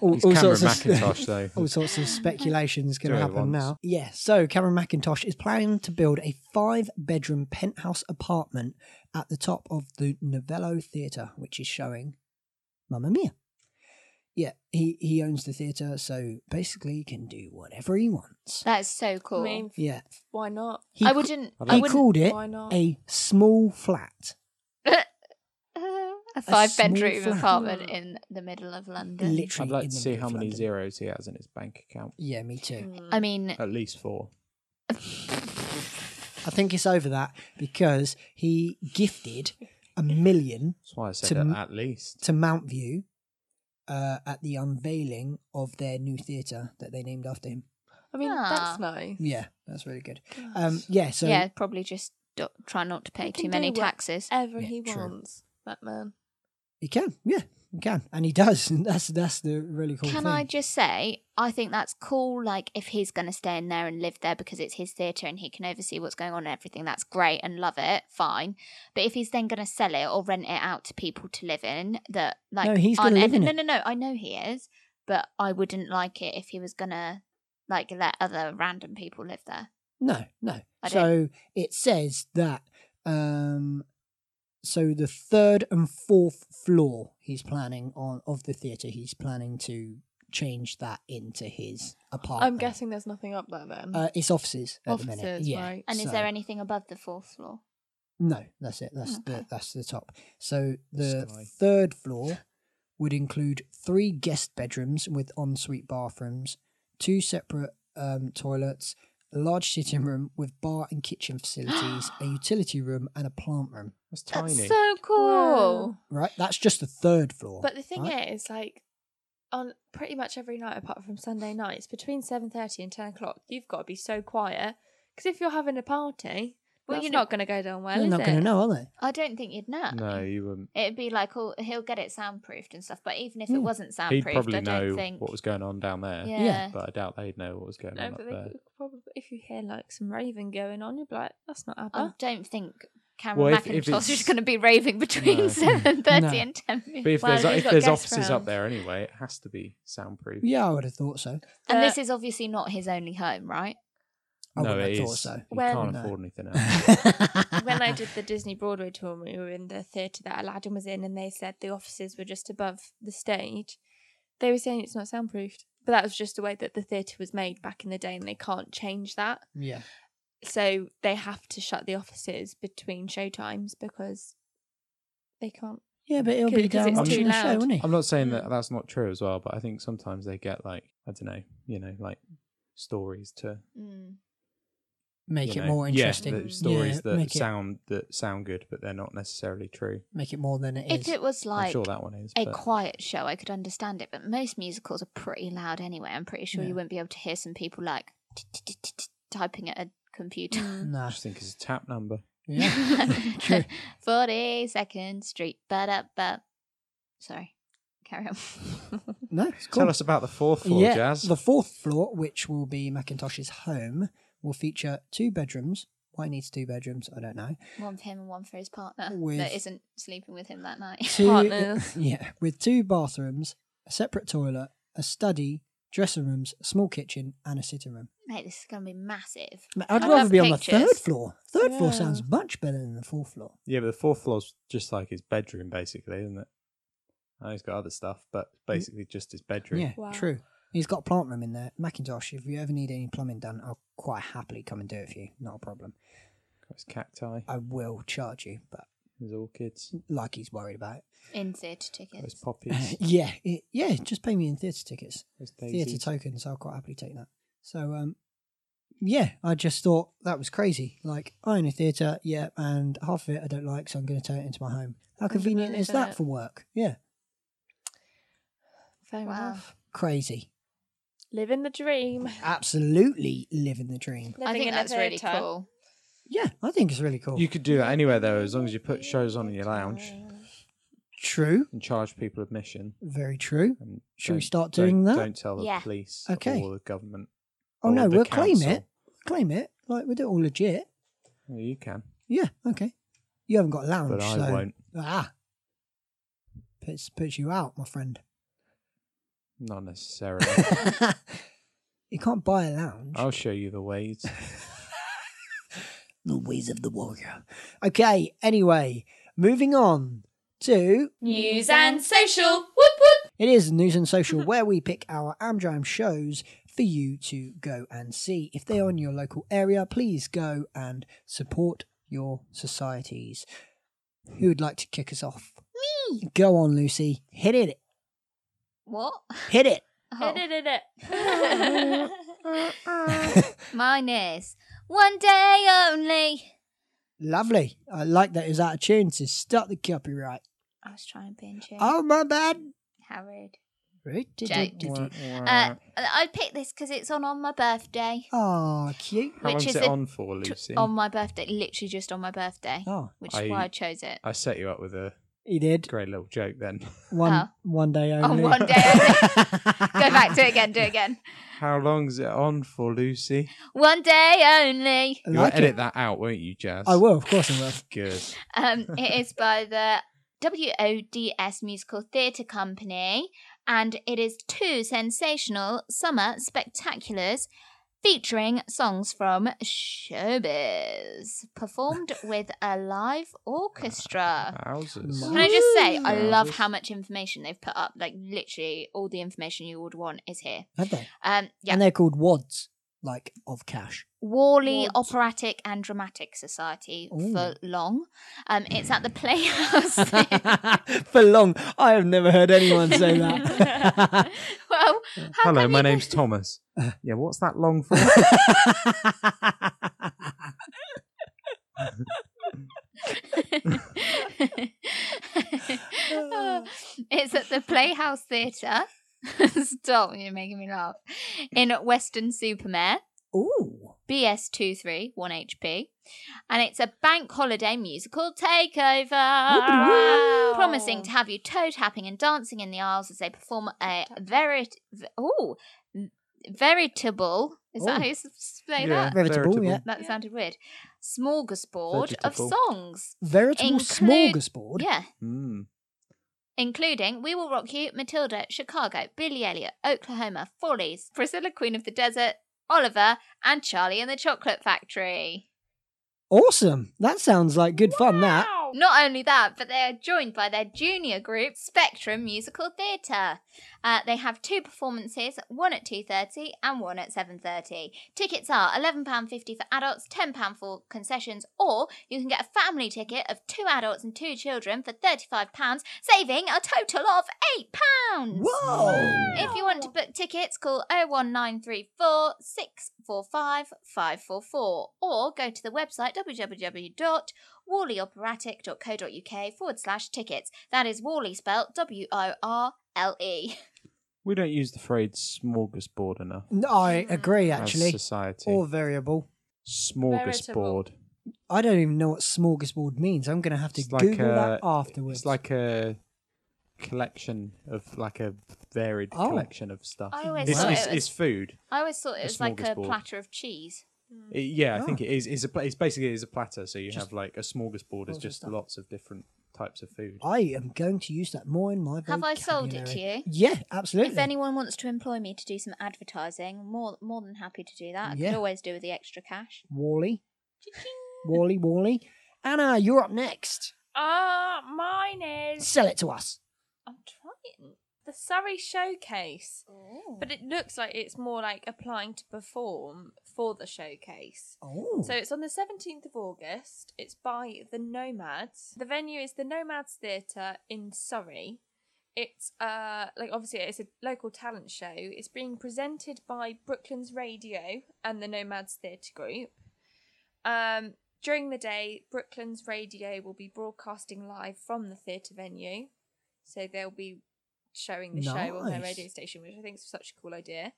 Speaker 1: all,
Speaker 4: It's
Speaker 1: all
Speaker 4: Cameron
Speaker 1: sorts of
Speaker 4: McIntosh, though.
Speaker 1: <laughs> all sorts of speculations going to
Speaker 4: Do it
Speaker 1: happen
Speaker 4: once.
Speaker 1: now. Yes. so Cameron McIntosh is planning to build a five-bedroom penthouse apartment at the top of the Novello Theatre, which is showing Mamma Mia. Yeah, he, he owns the theatre, so basically he can do whatever he wants.
Speaker 2: That is so cool.
Speaker 3: I mean,
Speaker 1: Yeah.
Speaker 3: why not?
Speaker 1: He
Speaker 2: I
Speaker 1: cou-
Speaker 2: wouldn't.
Speaker 4: I'd
Speaker 2: I
Speaker 1: He
Speaker 4: like-
Speaker 2: wouldn't.
Speaker 1: called it
Speaker 3: Why not?
Speaker 1: a small flat.
Speaker 2: <laughs> a five
Speaker 1: small
Speaker 2: bedroom
Speaker 1: flat.
Speaker 2: apartment in the middle of London.
Speaker 1: Literally.
Speaker 4: I'd like
Speaker 1: in
Speaker 4: to
Speaker 1: the
Speaker 4: see
Speaker 1: middle
Speaker 4: how
Speaker 1: of
Speaker 4: many
Speaker 1: London.
Speaker 4: zeros he has in his bank account.
Speaker 1: Yeah, me too.
Speaker 3: Mm.
Speaker 2: I mean,
Speaker 4: At least four.
Speaker 1: I think it's over that because he gifted a million
Speaker 4: That's why I said
Speaker 1: To m-
Speaker 4: at least.
Speaker 1: to Mountview uh, at the unveiling of their new theatre that they named after him.
Speaker 3: I mean,
Speaker 2: Ah.
Speaker 3: that's nice.
Speaker 1: Yeah, that's really good. Um, yeah, so
Speaker 2: yeah, probably just do- try not to
Speaker 3: He
Speaker 2: pay too
Speaker 3: can
Speaker 2: many
Speaker 3: do what-
Speaker 2: taxes.
Speaker 3: Ever
Speaker 1: Yeah,
Speaker 3: he
Speaker 1: true.
Speaker 3: wants, that man.
Speaker 1: he can. Yeah, he can, and he does. <laughs> And that's that's the really cool
Speaker 2: Can
Speaker 1: thing.
Speaker 2: I just say, I think that's cool. Like, if he's going to stay in there and live there because it's his theatre and he can oversee what's going on and everything, that's great and love it, fine. But if he's then going to sell it or rent it out to people to live in, that like,
Speaker 1: No, he's gonna
Speaker 2: aren't
Speaker 1: live in
Speaker 2: no,
Speaker 1: it.
Speaker 2: no, no, I know he is, but I wouldn't like it if he was going to like let other random people live there.
Speaker 1: No, no.
Speaker 2: I
Speaker 1: so it says that. Um, so the third and fourth floor he's planning on of the theatre, he's planning to change that into his apartment.
Speaker 3: I'm guessing there's nothing up there then.
Speaker 1: uh, it's offices at the minute.
Speaker 3: Offices,
Speaker 1: Yeah.
Speaker 3: right.
Speaker 2: And
Speaker 1: so-
Speaker 2: is there anything above the fourth floor?
Speaker 1: No, that's it. That's the
Speaker 2: Okay.
Speaker 1: that's the top. So the
Speaker 4: Sky.
Speaker 1: third floor would include three guest bedrooms with ensuite bathrooms, two separate um, toilets, a large sitting room with bar and kitchen facilities,
Speaker 3: <gasps>
Speaker 1: a utility room, and a plant room.
Speaker 4: That's tiny.
Speaker 2: That's so cool.
Speaker 3: Wow.
Speaker 1: Right, that's just the third floor.
Speaker 3: But the thing
Speaker 1: right?
Speaker 3: is, like, on pretty much every night apart from Sunday nights, between seven thirty and ten o'clock, you've got to be so quiet because if you're having a party,
Speaker 2: Well,
Speaker 3: well, that's
Speaker 2: you know-
Speaker 3: not going to go down well,
Speaker 1: they're
Speaker 3: is
Speaker 1: not
Speaker 3: it?
Speaker 1: going to know, are they?
Speaker 2: I don't think you'd know.
Speaker 4: no, you wouldn't.
Speaker 2: It'd be like, oh, he'll get it soundproofed and stuff. But even if
Speaker 1: Hmm.
Speaker 2: it wasn't
Speaker 4: He'd
Speaker 2: soundproofed, I
Speaker 4: probably
Speaker 2: don't
Speaker 4: know
Speaker 2: think.
Speaker 4: what was going on down there.
Speaker 2: yeah.
Speaker 1: Yeah.
Speaker 4: But I doubt they'd know what was going
Speaker 3: No,
Speaker 4: on up
Speaker 3: but they
Speaker 4: there.
Speaker 3: could probably, if you hear like some raving going on, you'd be like, "That's not
Speaker 2: I
Speaker 3: ABBA."
Speaker 2: don't think Cameron
Speaker 4: Well, if- if
Speaker 2: McIntosh is
Speaker 4: it's-
Speaker 2: going to be raving between <laughs>
Speaker 4: No.
Speaker 2: seven thirty
Speaker 1: No.
Speaker 2: and ten.
Speaker 4: But if
Speaker 3: Well,
Speaker 4: there's,
Speaker 3: he's
Speaker 4: if
Speaker 3: got
Speaker 4: there's
Speaker 3: guests
Speaker 4: offices up
Speaker 3: round.
Speaker 4: there anyway, it has to be soundproof.
Speaker 1: Yeah, I would have thought so.
Speaker 2: and
Speaker 3: Uh,
Speaker 2: this is obviously not his only home, right?
Speaker 1: I
Speaker 4: no,
Speaker 1: would
Speaker 4: it
Speaker 1: have thought
Speaker 4: is.
Speaker 1: so.
Speaker 4: You
Speaker 3: When-
Speaker 4: can't
Speaker 1: No. <laughs>
Speaker 4: afford anything
Speaker 3: <laughs>
Speaker 4: else.
Speaker 3: when I did the Disney Broadway tour, we were in the theatre that Aladdin was in, and they said the offices were just above the stage. They were saying it's not soundproofed, but that was just the way that the theatre was made back in the day, and they can't change that.
Speaker 1: yeah,
Speaker 3: So they have to shut the offices between show times because they can't.
Speaker 1: yeah, but it'll
Speaker 3: Because
Speaker 1: be
Speaker 3: it's
Speaker 1: down
Speaker 3: too
Speaker 1: watching the show,
Speaker 3: loud.
Speaker 1: won't he?
Speaker 4: I'm not saying
Speaker 3: Mm.
Speaker 4: that that's not true as well, but I think sometimes they get like I don't know, you know, like stories to
Speaker 2: Mm.
Speaker 1: Make
Speaker 4: you
Speaker 1: it
Speaker 4: know-
Speaker 1: more interesting.
Speaker 3: Mm.
Speaker 4: Yeah, the stories
Speaker 1: Yeah,
Speaker 4: that
Speaker 1: make it-
Speaker 4: sound that sound good, but they're not necessarily true.
Speaker 1: make it more than it is.
Speaker 2: If it was like
Speaker 4: I'm sure that one is.
Speaker 2: a
Speaker 4: but-
Speaker 2: quiet show, I could understand it. But most musicals are pretty loud anyway. I'm pretty sure
Speaker 1: Yeah.
Speaker 2: you wouldn't be able to hear some people like typing at a computer.
Speaker 4: I
Speaker 1: Nah.
Speaker 4: just think it's a tap number. <laughs>
Speaker 1: Yeah. <laughs> True.
Speaker 2: 42nd Street. But up, but. Sorry. Carry on. <laughs>
Speaker 1: No, it's cool.
Speaker 4: Tell us about the fourth floor,
Speaker 1: yeah,
Speaker 4: Jazz.
Speaker 1: The fourth floor, which will be Macintosh's home, will feature two bedrooms. Why it needs two bedrooms, I don't know.
Speaker 2: one for him and one for his partner
Speaker 1: With-
Speaker 2: that isn't sleeping with him that night. <laughs>
Speaker 1: Two,
Speaker 3: Partners.
Speaker 1: <laughs> Yeah, with two bathrooms, a separate toilet, a study, dressing rooms, a small kitchen, and a sitting room.
Speaker 2: Mate, this is going to be massive.
Speaker 1: I'd rather
Speaker 2: I love
Speaker 1: be on the
Speaker 2: pictures.
Speaker 1: third floor. Third floor
Speaker 4: Yeah.
Speaker 1: sounds much better than the fourth floor.
Speaker 4: yeah, but the fourth floor's just like his bedroom, basically, isn't it? Oh, he's got other stuff, but basically just his bedroom.
Speaker 1: Mm. Yeah,
Speaker 3: Wow.
Speaker 1: true. He's got a plant room in there. Macintosh, if you ever need any plumbing done, I'll quite happily come and do it for you. Not a problem.
Speaker 4: Got his cacti,
Speaker 1: I will charge you, but
Speaker 4: his orchids,
Speaker 1: like he's worried about it.
Speaker 2: In theatre
Speaker 4: got
Speaker 2: tickets.
Speaker 4: his
Speaker 1: <laughs>
Speaker 4: poppies,
Speaker 1: yeah, it, yeah, just pay me in theatre tickets.
Speaker 4: his
Speaker 1: theatre
Speaker 4: daisies.
Speaker 1: tokens. I'll quite happily take that. So, um, yeah, I just thought that was crazy. Like, I own a theatre, yeah, and half of it I don't like, so I'm going to turn it into my home. How convenient is
Speaker 3: isn't
Speaker 1: that
Speaker 3: it?
Speaker 1: for work? Yeah,
Speaker 3: Fair
Speaker 2: Wow.
Speaker 3: enough.
Speaker 1: crazy.
Speaker 3: Living the dream.
Speaker 1: Absolutely living the dream.
Speaker 3: Living
Speaker 2: I think
Speaker 3: in a
Speaker 2: that's really
Speaker 3: theatre.
Speaker 2: cool.
Speaker 1: Yeah, I think it's really cool.
Speaker 4: You could do that anywhere, though, as long as you put shows on in your lounge
Speaker 1: True,
Speaker 4: and charge people admission.
Speaker 1: very true.
Speaker 4: And
Speaker 1: Should we
Speaker 4: don't-
Speaker 1: start
Speaker 4: don't-
Speaker 1: doing that?
Speaker 4: Don't tell the
Speaker 2: Yeah.
Speaker 4: police
Speaker 1: Okay.
Speaker 4: or the government.
Speaker 1: Oh
Speaker 4: or
Speaker 1: no,
Speaker 4: the
Speaker 1: we'll claim
Speaker 4: council.
Speaker 1: it. Claim it. Like we do it all legit.
Speaker 4: Well, you can.
Speaker 1: Yeah, okay. You haven't got a lounge,
Speaker 4: But I
Speaker 1: so
Speaker 4: won't.
Speaker 1: ah, puts puts you out, my friend. <laughs>
Speaker 4: Not necessarily. <laughs>
Speaker 1: you can't buy a lounge.
Speaker 4: I'll show you the ways.
Speaker 2: Uh,
Speaker 1: The ways of the warrior. Okay. Anyway, moving on to
Speaker 3: News and social. Whoop whoop.
Speaker 1: It is News and Social, where we pick our Amdram shows for you to go and see. If they are in your local area, please go and support your societies. Who would like to kick us off? Me! Go on, Lucy. Hit it.
Speaker 2: What?
Speaker 1: Hit it.
Speaker 2: Oh.
Speaker 3: <laughs> Da-da-da-da.
Speaker 2: Mine is one day only.
Speaker 1: Lovely. I like that it's out of tune to start the copyright.
Speaker 2: I was trying to binge it.
Speaker 1: Oh, my bad.
Speaker 2: How rude. Joked.
Speaker 1: Right.
Speaker 2: Uh, I picked this because it's on on my birthday.
Speaker 1: Oh, cute.
Speaker 4: How
Speaker 2: which
Speaker 4: long's
Speaker 2: is
Speaker 4: it
Speaker 2: a
Speaker 4: on for,
Speaker 2: T-
Speaker 4: Lucy?
Speaker 2: on my birthday, literally just on my birthday,
Speaker 1: Oh,
Speaker 2: which is why I chose it.
Speaker 4: I set you up with a
Speaker 1: he did.
Speaker 4: great little joke then.
Speaker 1: One,
Speaker 2: Oh.
Speaker 1: one day
Speaker 2: On
Speaker 1: only.
Speaker 2: one day only.
Speaker 1: <laughs>
Speaker 2: Go back, do it again, do it again.
Speaker 4: How long's it on for, Lucy?
Speaker 2: One day only.
Speaker 1: I
Speaker 4: You'll
Speaker 1: like
Speaker 4: edit
Speaker 1: it.
Speaker 4: that out, won't you, Jazz?
Speaker 1: I will, of course I will.
Speaker 4: Good.
Speaker 2: Um, it is by the WODS Musical Theatre Company, and it is two sensational summer spectaculars featuring songs from showbiz performed with a live orchestra.
Speaker 4: Houses.
Speaker 2: Uh, Can I just say,
Speaker 1: Ooh.
Speaker 2: I love
Speaker 4: Wowzers.
Speaker 2: how much information they've put up. Like, literally, all the information you would want is here.
Speaker 1: Have they?
Speaker 2: Um, yeah.
Speaker 1: And they're called WADs, like of
Speaker 2: <laughs>
Speaker 1: cash. <laughs>
Speaker 2: Worley
Speaker 3: What?
Speaker 2: Operatic and Dramatic Society
Speaker 1: Ooh.
Speaker 2: for long. Um, it's
Speaker 4: <laughs>
Speaker 2: at the Playhouse.
Speaker 1: For long. I have never heard anyone say
Speaker 2: <laughs>
Speaker 1: that. <laughs>
Speaker 2: well, how
Speaker 4: Hello,
Speaker 2: can
Speaker 4: my
Speaker 2: you-
Speaker 4: name's <laughs> Thomas. yeah, what's that long for?
Speaker 2: Uh, <laughs> it's at the Playhouse Theatre. <laughs> Stop, you're making me laugh. In Western Supermare,
Speaker 1: Ooh.
Speaker 2: BS 231HP. And it's a bank holiday musical takeover.
Speaker 3: Wow.
Speaker 2: promising to have you toe tapping and dancing in the aisles as they perform a verit oh veritable is that
Speaker 1: Oh.
Speaker 2: how you s- say
Speaker 4: Yeah,
Speaker 2: that?
Speaker 1: Veritable, yeah.
Speaker 2: That sounded weird. Smorgasbord of
Speaker 4: Vegetable.
Speaker 2: songs.
Speaker 1: Veritable
Speaker 2: Include-
Speaker 1: smorgasbord.
Speaker 2: Yeah.
Speaker 4: Mm.
Speaker 2: Including We Will Rock You, Matilda, Chicago, Billy Elliot, Oklahoma, Follies, Priscilla Queen of the Desert, Oliver, and Charlie and the Chocolate Factory.
Speaker 1: Awesome. That sounds like good fun, that.
Speaker 2: Not only that, but they are joined by their junior group, Spectrum Musical Theatre. Uh, they have two performances, one at 2.30 and one at 7.30. Tickets are £11.50 for adults, £10 for concessions, or you can get a family ticket of two adults and two children for £35, saving a total of £8.
Speaker 1: Whoa.
Speaker 2: If you want to book tickets, call 01934 645 544 or go to the website www.warleyoperatic.co.uk forward slash tickets. That is Warley spelled W O R L E.
Speaker 4: We don't use the phrase smorgasbord enough.
Speaker 1: No, I agree,
Speaker 4: as
Speaker 1: actually.
Speaker 4: society.
Speaker 1: Or variable.
Speaker 4: smorgasbord.
Speaker 3: Veritable.
Speaker 1: I don't even know what smorgasbord means. I'm going to have to
Speaker 4: It's like
Speaker 1: Google that
Speaker 4: a-
Speaker 1: afterwards.
Speaker 4: It's like a collection of like a varied
Speaker 1: Oh.
Speaker 4: collection of stuff.
Speaker 2: I always
Speaker 4: It's,
Speaker 2: thought
Speaker 4: it's,
Speaker 2: it was-
Speaker 4: it's food.
Speaker 2: I always thought it
Speaker 4: A
Speaker 2: was like a
Speaker 4: smorgasbord.
Speaker 2: platter of cheese.
Speaker 4: It- yeah, I think
Speaker 1: Ah.
Speaker 4: it is. It's a. pla- It's basically it's a platter. So you have like a smorgasbord.
Speaker 1: lots
Speaker 4: Is
Speaker 1: of
Speaker 4: just
Speaker 1: stuff.
Speaker 4: lots of Oh, different types of food.
Speaker 1: I am going to use that more in my
Speaker 2: Have I sold it
Speaker 1: vocabulary.
Speaker 2: to you?
Speaker 1: Yeah, absolutely.
Speaker 2: If anyone wants to employ me to do some advertising, more more than happy to do that. I
Speaker 1: Yeah.
Speaker 2: could always do with the extra cash.
Speaker 1: Wally. Wally, Wally. Anna, you're up next.
Speaker 3: Ah, mine is.
Speaker 1: Sell it to us.
Speaker 3: I'm trying. The Surrey Showcase. But it looks like it's more like applying to perform for the showcase.
Speaker 1: Oh.
Speaker 3: So it's on the 17th of August. It's by the Nomads. The venue is the Nomads Theatre in Surrey. It's uh like obviously it's a local talent show. It's being presented by Brooklyn's Radio and the Nomads Theatre Group. Um during the day, Brooklyn's Radio will be broadcasting live from the theatre venue. So they'll be showing the show on their
Speaker 1: Nice.
Speaker 3: radio station, which I think is such a cool idea.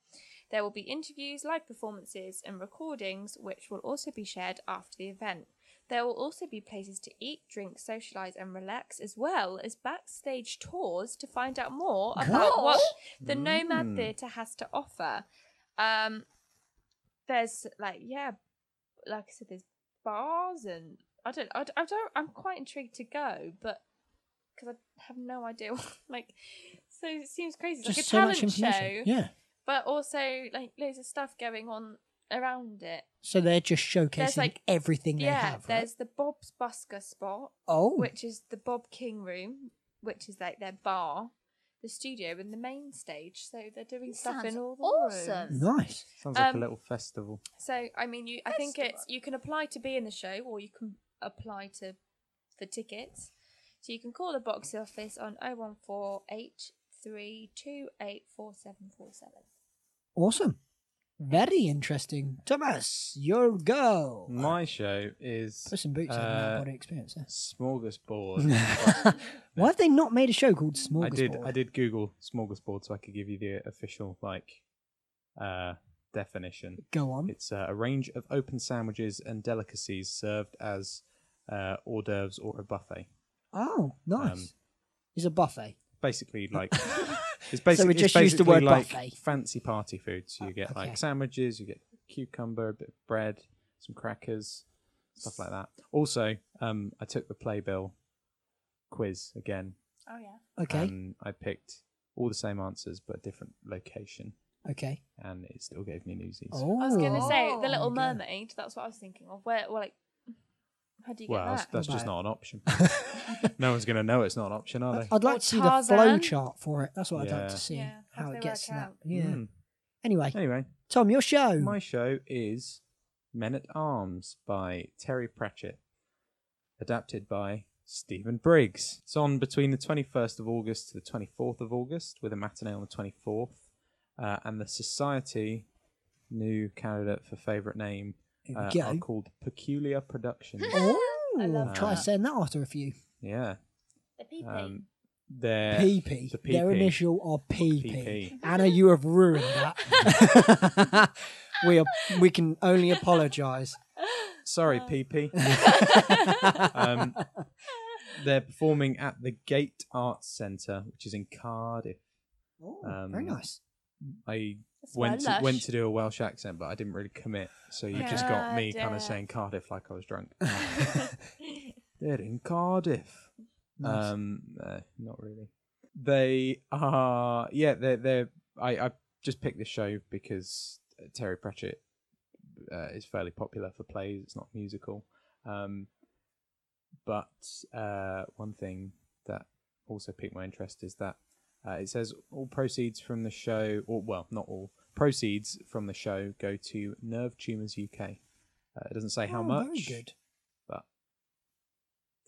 Speaker 3: There will be interviews, live performances, and recordings, which will also be shared after the event. There will also be places to eat, drink, socialise, and relax, as well as backstage tours to find out more about
Speaker 2: Cool.
Speaker 3: what the Nomad
Speaker 4: Mm.
Speaker 3: Theatre has to offer. Um, there's like yeah, like I said, there's bars and I don't, I, don't- I don't, I'm quite intrigued to go, but because I have no idea, <laughs> what- like, so it seems crazy, It's
Speaker 1: Just
Speaker 3: like a
Speaker 1: so
Speaker 3: talent
Speaker 1: much information.
Speaker 3: show,
Speaker 1: Yeah.
Speaker 3: but also like loads of stuff going on around it.
Speaker 1: So they're just showcasing
Speaker 3: like-
Speaker 1: everything they
Speaker 3: yeah,
Speaker 1: have. Right?
Speaker 3: there's the Bob's Busker spot,
Speaker 1: Oh.
Speaker 3: which is the Bob King room, which is like their bar, the studio, and the main stage. So they're doing
Speaker 2: That
Speaker 3: stuff
Speaker 2: sounds
Speaker 3: in all the
Speaker 2: awesome.
Speaker 3: rooms.
Speaker 1: Nice.
Speaker 4: Sounds like a
Speaker 3: Um,
Speaker 4: little festival.
Speaker 3: So I mean, you I
Speaker 2: That's
Speaker 3: think
Speaker 2: the
Speaker 3: it's you can apply to be in the show, or you can apply to for tickets. So you can call the box office on 01483284747.
Speaker 1: Awesome. Very interesting. Thomas, your go.
Speaker 4: My show is
Speaker 1: Put some boots on that
Speaker 4: uh,
Speaker 1: body experience.
Speaker 4: <laughs>
Speaker 1: eh?
Speaker 4: smorgasbord.
Speaker 1: Why have they not made a show called Smorgasbord?
Speaker 4: I did. I did Google smorgasbord so I could give you the official like uh, definition.
Speaker 1: Go on.
Speaker 4: It's uh, a range of open sandwiches and delicacies served as uh, hors d'oeuvres or a buffet.
Speaker 1: Oh, nice.
Speaker 4: Um,
Speaker 1: it's a buffet.
Speaker 4: Basically,
Speaker 1: <laughs>
Speaker 4: like it's basically,
Speaker 1: we
Speaker 4: it's
Speaker 1: just used the word
Speaker 4: basically like
Speaker 1: buffet.
Speaker 4: fancy party foods. you get
Speaker 1: okay.
Speaker 4: like sandwiches, you get cucumber, a bit of bread, some crackers, stuff like that. Also, um, I took the playbill quiz again.
Speaker 3: Oh yeah.
Speaker 1: Okay.
Speaker 4: And I picked all the same answers but a different location,
Speaker 1: okay.
Speaker 4: and it still gave me newsies.
Speaker 1: Oh.
Speaker 3: I was going to say the
Speaker 2: Oh.
Speaker 3: Little
Speaker 1: Okay.
Speaker 3: Mermaid. That's what I was thinking of. Where, well, like, how do you get
Speaker 4: Well, that's,
Speaker 3: that?
Speaker 4: that's just
Speaker 1: Right.
Speaker 4: not an option. no one's going to know it's not an option, <laughs> are they?
Speaker 1: I'd like
Speaker 3: Or
Speaker 1: to see the
Speaker 3: Tarzan.
Speaker 1: flow chart for it. That's what I'd like
Speaker 4: Yeah.
Speaker 1: to see.
Speaker 3: Yeah, how
Speaker 1: How
Speaker 3: do
Speaker 1: it
Speaker 3: they
Speaker 1: gets to
Speaker 3: work
Speaker 1: that.
Speaker 3: out?
Speaker 1: Yeah.
Speaker 4: Mm.
Speaker 1: Anyway,
Speaker 4: Anyway,
Speaker 1: Tom, your show.
Speaker 4: my show is Men at Arms by Terry Pratchett, adapted by Stephen Briggs. It's on between the 21st of August to the 24th of August, with a matinee on the 24th. Uh, and the Society, new candidate for favourite name,
Speaker 1: Here we
Speaker 4: uh,
Speaker 1: go.
Speaker 4: are called
Speaker 1: <laughs>
Speaker 4: Peculiar Productions.
Speaker 1: Oh,
Speaker 3: I love
Speaker 1: try
Speaker 4: that.
Speaker 1: saying that after a few.
Speaker 4: yeah.
Speaker 3: the pee
Speaker 1: <laughs>
Speaker 3: <laughs>
Speaker 4: Um, they're
Speaker 1: PP.
Speaker 4: the
Speaker 1: Their
Speaker 4: PP.
Speaker 1: initial are PP.
Speaker 4: PP.
Speaker 1: Anna, you have ruined
Speaker 4: <laughs>
Speaker 1: that. <laughs> we are, we can only apologise.
Speaker 4: Sorry,
Speaker 1: Ah. <laughs>
Speaker 4: PP. <laughs> um, they're performing at the Gate Arts Centre, which is in Cardiff.
Speaker 1: Oh,
Speaker 4: Um,
Speaker 1: very nice.
Speaker 4: I
Speaker 3: That's
Speaker 4: went
Speaker 3: very
Speaker 4: to, went
Speaker 3: lush. Ah,
Speaker 4: to do a Welsh accent, but I didn't really commit. So you just got me kind of
Speaker 3: Cardiff.
Speaker 4: saying Cardiff like I was
Speaker 3: <laughs>
Speaker 4: drunk. They're in Cardiff.
Speaker 1: Nice.
Speaker 4: Um, no, not really. They are, yeah. They're they're. I I just picked this show because Terry Pratchett uh, is fairly popular for plays. It's not musical, um, but uh, one thing that also piqued my interest is that uh, it says all proceeds from the show, or well, not all proceeds from the show go to Nerve Tumors UK. Uh, it doesn't say how
Speaker 1: Oh,
Speaker 4: much.
Speaker 1: Very good.
Speaker 4: But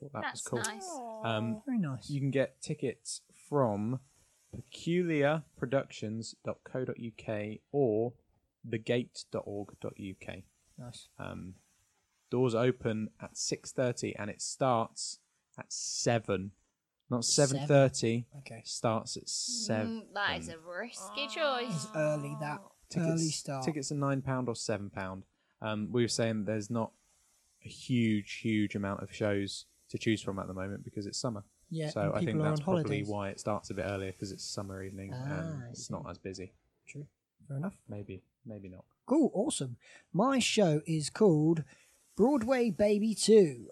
Speaker 4: thought that
Speaker 2: That's
Speaker 4: was cool.
Speaker 2: nice.
Speaker 4: Um,
Speaker 1: Very nice.
Speaker 4: You can get tickets from peculiarproductions.co.uk or thegate.org.uk.
Speaker 1: nice.
Speaker 4: Um, doors open at 6.30 and it starts at 7. Not 7.30,
Speaker 1: Okay.
Speaker 4: starts at 7.
Speaker 2: Mm, that is a risky choice.
Speaker 1: It's early that.
Speaker 4: tickets,
Speaker 1: early start.
Speaker 4: Tickets are £9 or £7. Um, we were saying there's not a huge, huge amount of shows to choose from at the moment because it's summer.
Speaker 1: Yeah, and
Speaker 4: so I think
Speaker 1: people are
Speaker 4: that's
Speaker 1: on
Speaker 4: probably
Speaker 1: holidays.
Speaker 4: why it starts a bit earlier because it's summer evening
Speaker 1: Ah,
Speaker 4: and
Speaker 1: I
Speaker 4: it's
Speaker 1: see.
Speaker 4: not as busy.
Speaker 1: True. Fair enough.
Speaker 4: Maybe, maybe not.
Speaker 1: Cool. Awesome. My show is called Broadway Baby 2.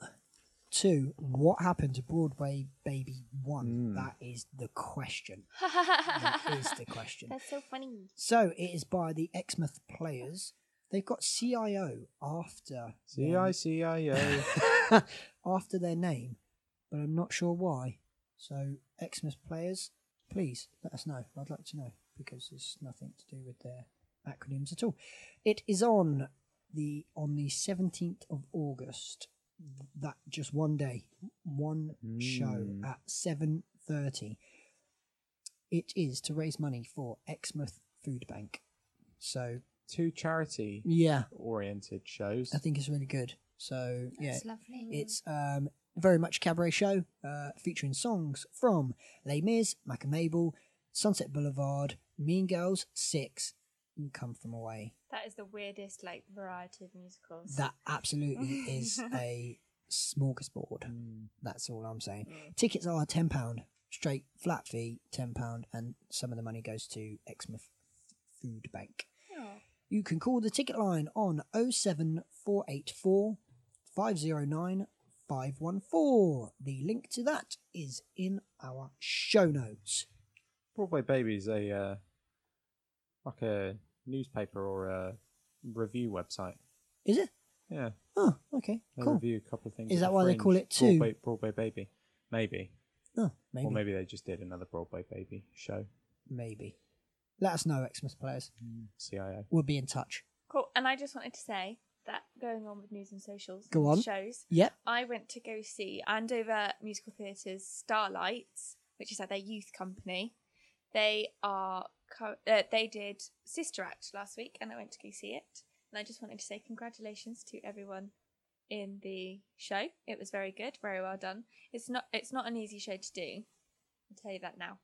Speaker 1: 2. What happened to Broadway Baby 1?
Speaker 4: Mm.
Speaker 1: That is the question. That is
Speaker 3: That's
Speaker 1: the question.
Speaker 3: so funny.
Speaker 1: So it is by the Exmouth Players. They've got CIO after
Speaker 4: C I C I O.
Speaker 1: <laughs> after their name, but I'm not sure why. So Xmas players, please let us know. I'd like to know because it's nothing to do with their acronyms at all. It is on the on the 17th of August. That just one day, one show
Speaker 4: Mm.
Speaker 1: at 7:30. It is to raise money for Exmouth Food Bank. So
Speaker 4: Two charity
Speaker 1: yeah,
Speaker 4: oriented shows.
Speaker 1: I think it's really good. So yeah,
Speaker 2: That's lovely.
Speaker 3: Mm-hmm.
Speaker 1: it's um, very much a cabaret show uh, featuring songs from Les Mis, Mac and Mabel, Sunset Boulevard, Mean Girls, Six, and Come From Away.
Speaker 3: That is the weirdest like variety of musicals.
Speaker 1: That absolutely is a smorgasbord.
Speaker 4: Mm.
Speaker 1: That's all I'm saying. Tickets are £10, straight flat fee, £10, and some of the money goes to Exmouth Food Bank.
Speaker 3: Oh.
Speaker 1: You can call the ticket line on 07484 509 514. The link to that is in our show notes.
Speaker 4: Broadway Baby's a uh, like a newspaper or a review website.
Speaker 1: Is it?
Speaker 4: Yeah,
Speaker 1: Oh, okay.
Speaker 4: they
Speaker 1: Cool.
Speaker 4: review a couple of things.
Speaker 1: Is that
Speaker 4: at the
Speaker 1: why they
Speaker 4: Fringe.
Speaker 1: call it two?
Speaker 4: Broadway, Broadway Baby? Maybe.
Speaker 1: Oh, maybe.
Speaker 4: or
Speaker 1: maybe.
Speaker 4: maybe they just did another Broadway Baby show.
Speaker 1: Let us know, Xmas players.
Speaker 4: CIO.
Speaker 1: We'll be in touch.
Speaker 3: Cool. And I just wanted to say that going on with news and socials,
Speaker 1: Go on.
Speaker 3: shows.
Speaker 1: Yep.
Speaker 3: I went to go see Andover Musical Theatre's Starlights, which is like their youth company. They are co- uh, they did Sister Act last week, and I went to go see it. And I just wanted to say congratulations to everyone in the show. It was very good, very well done. It's not it's not an easy show to do. I'll tell you that now.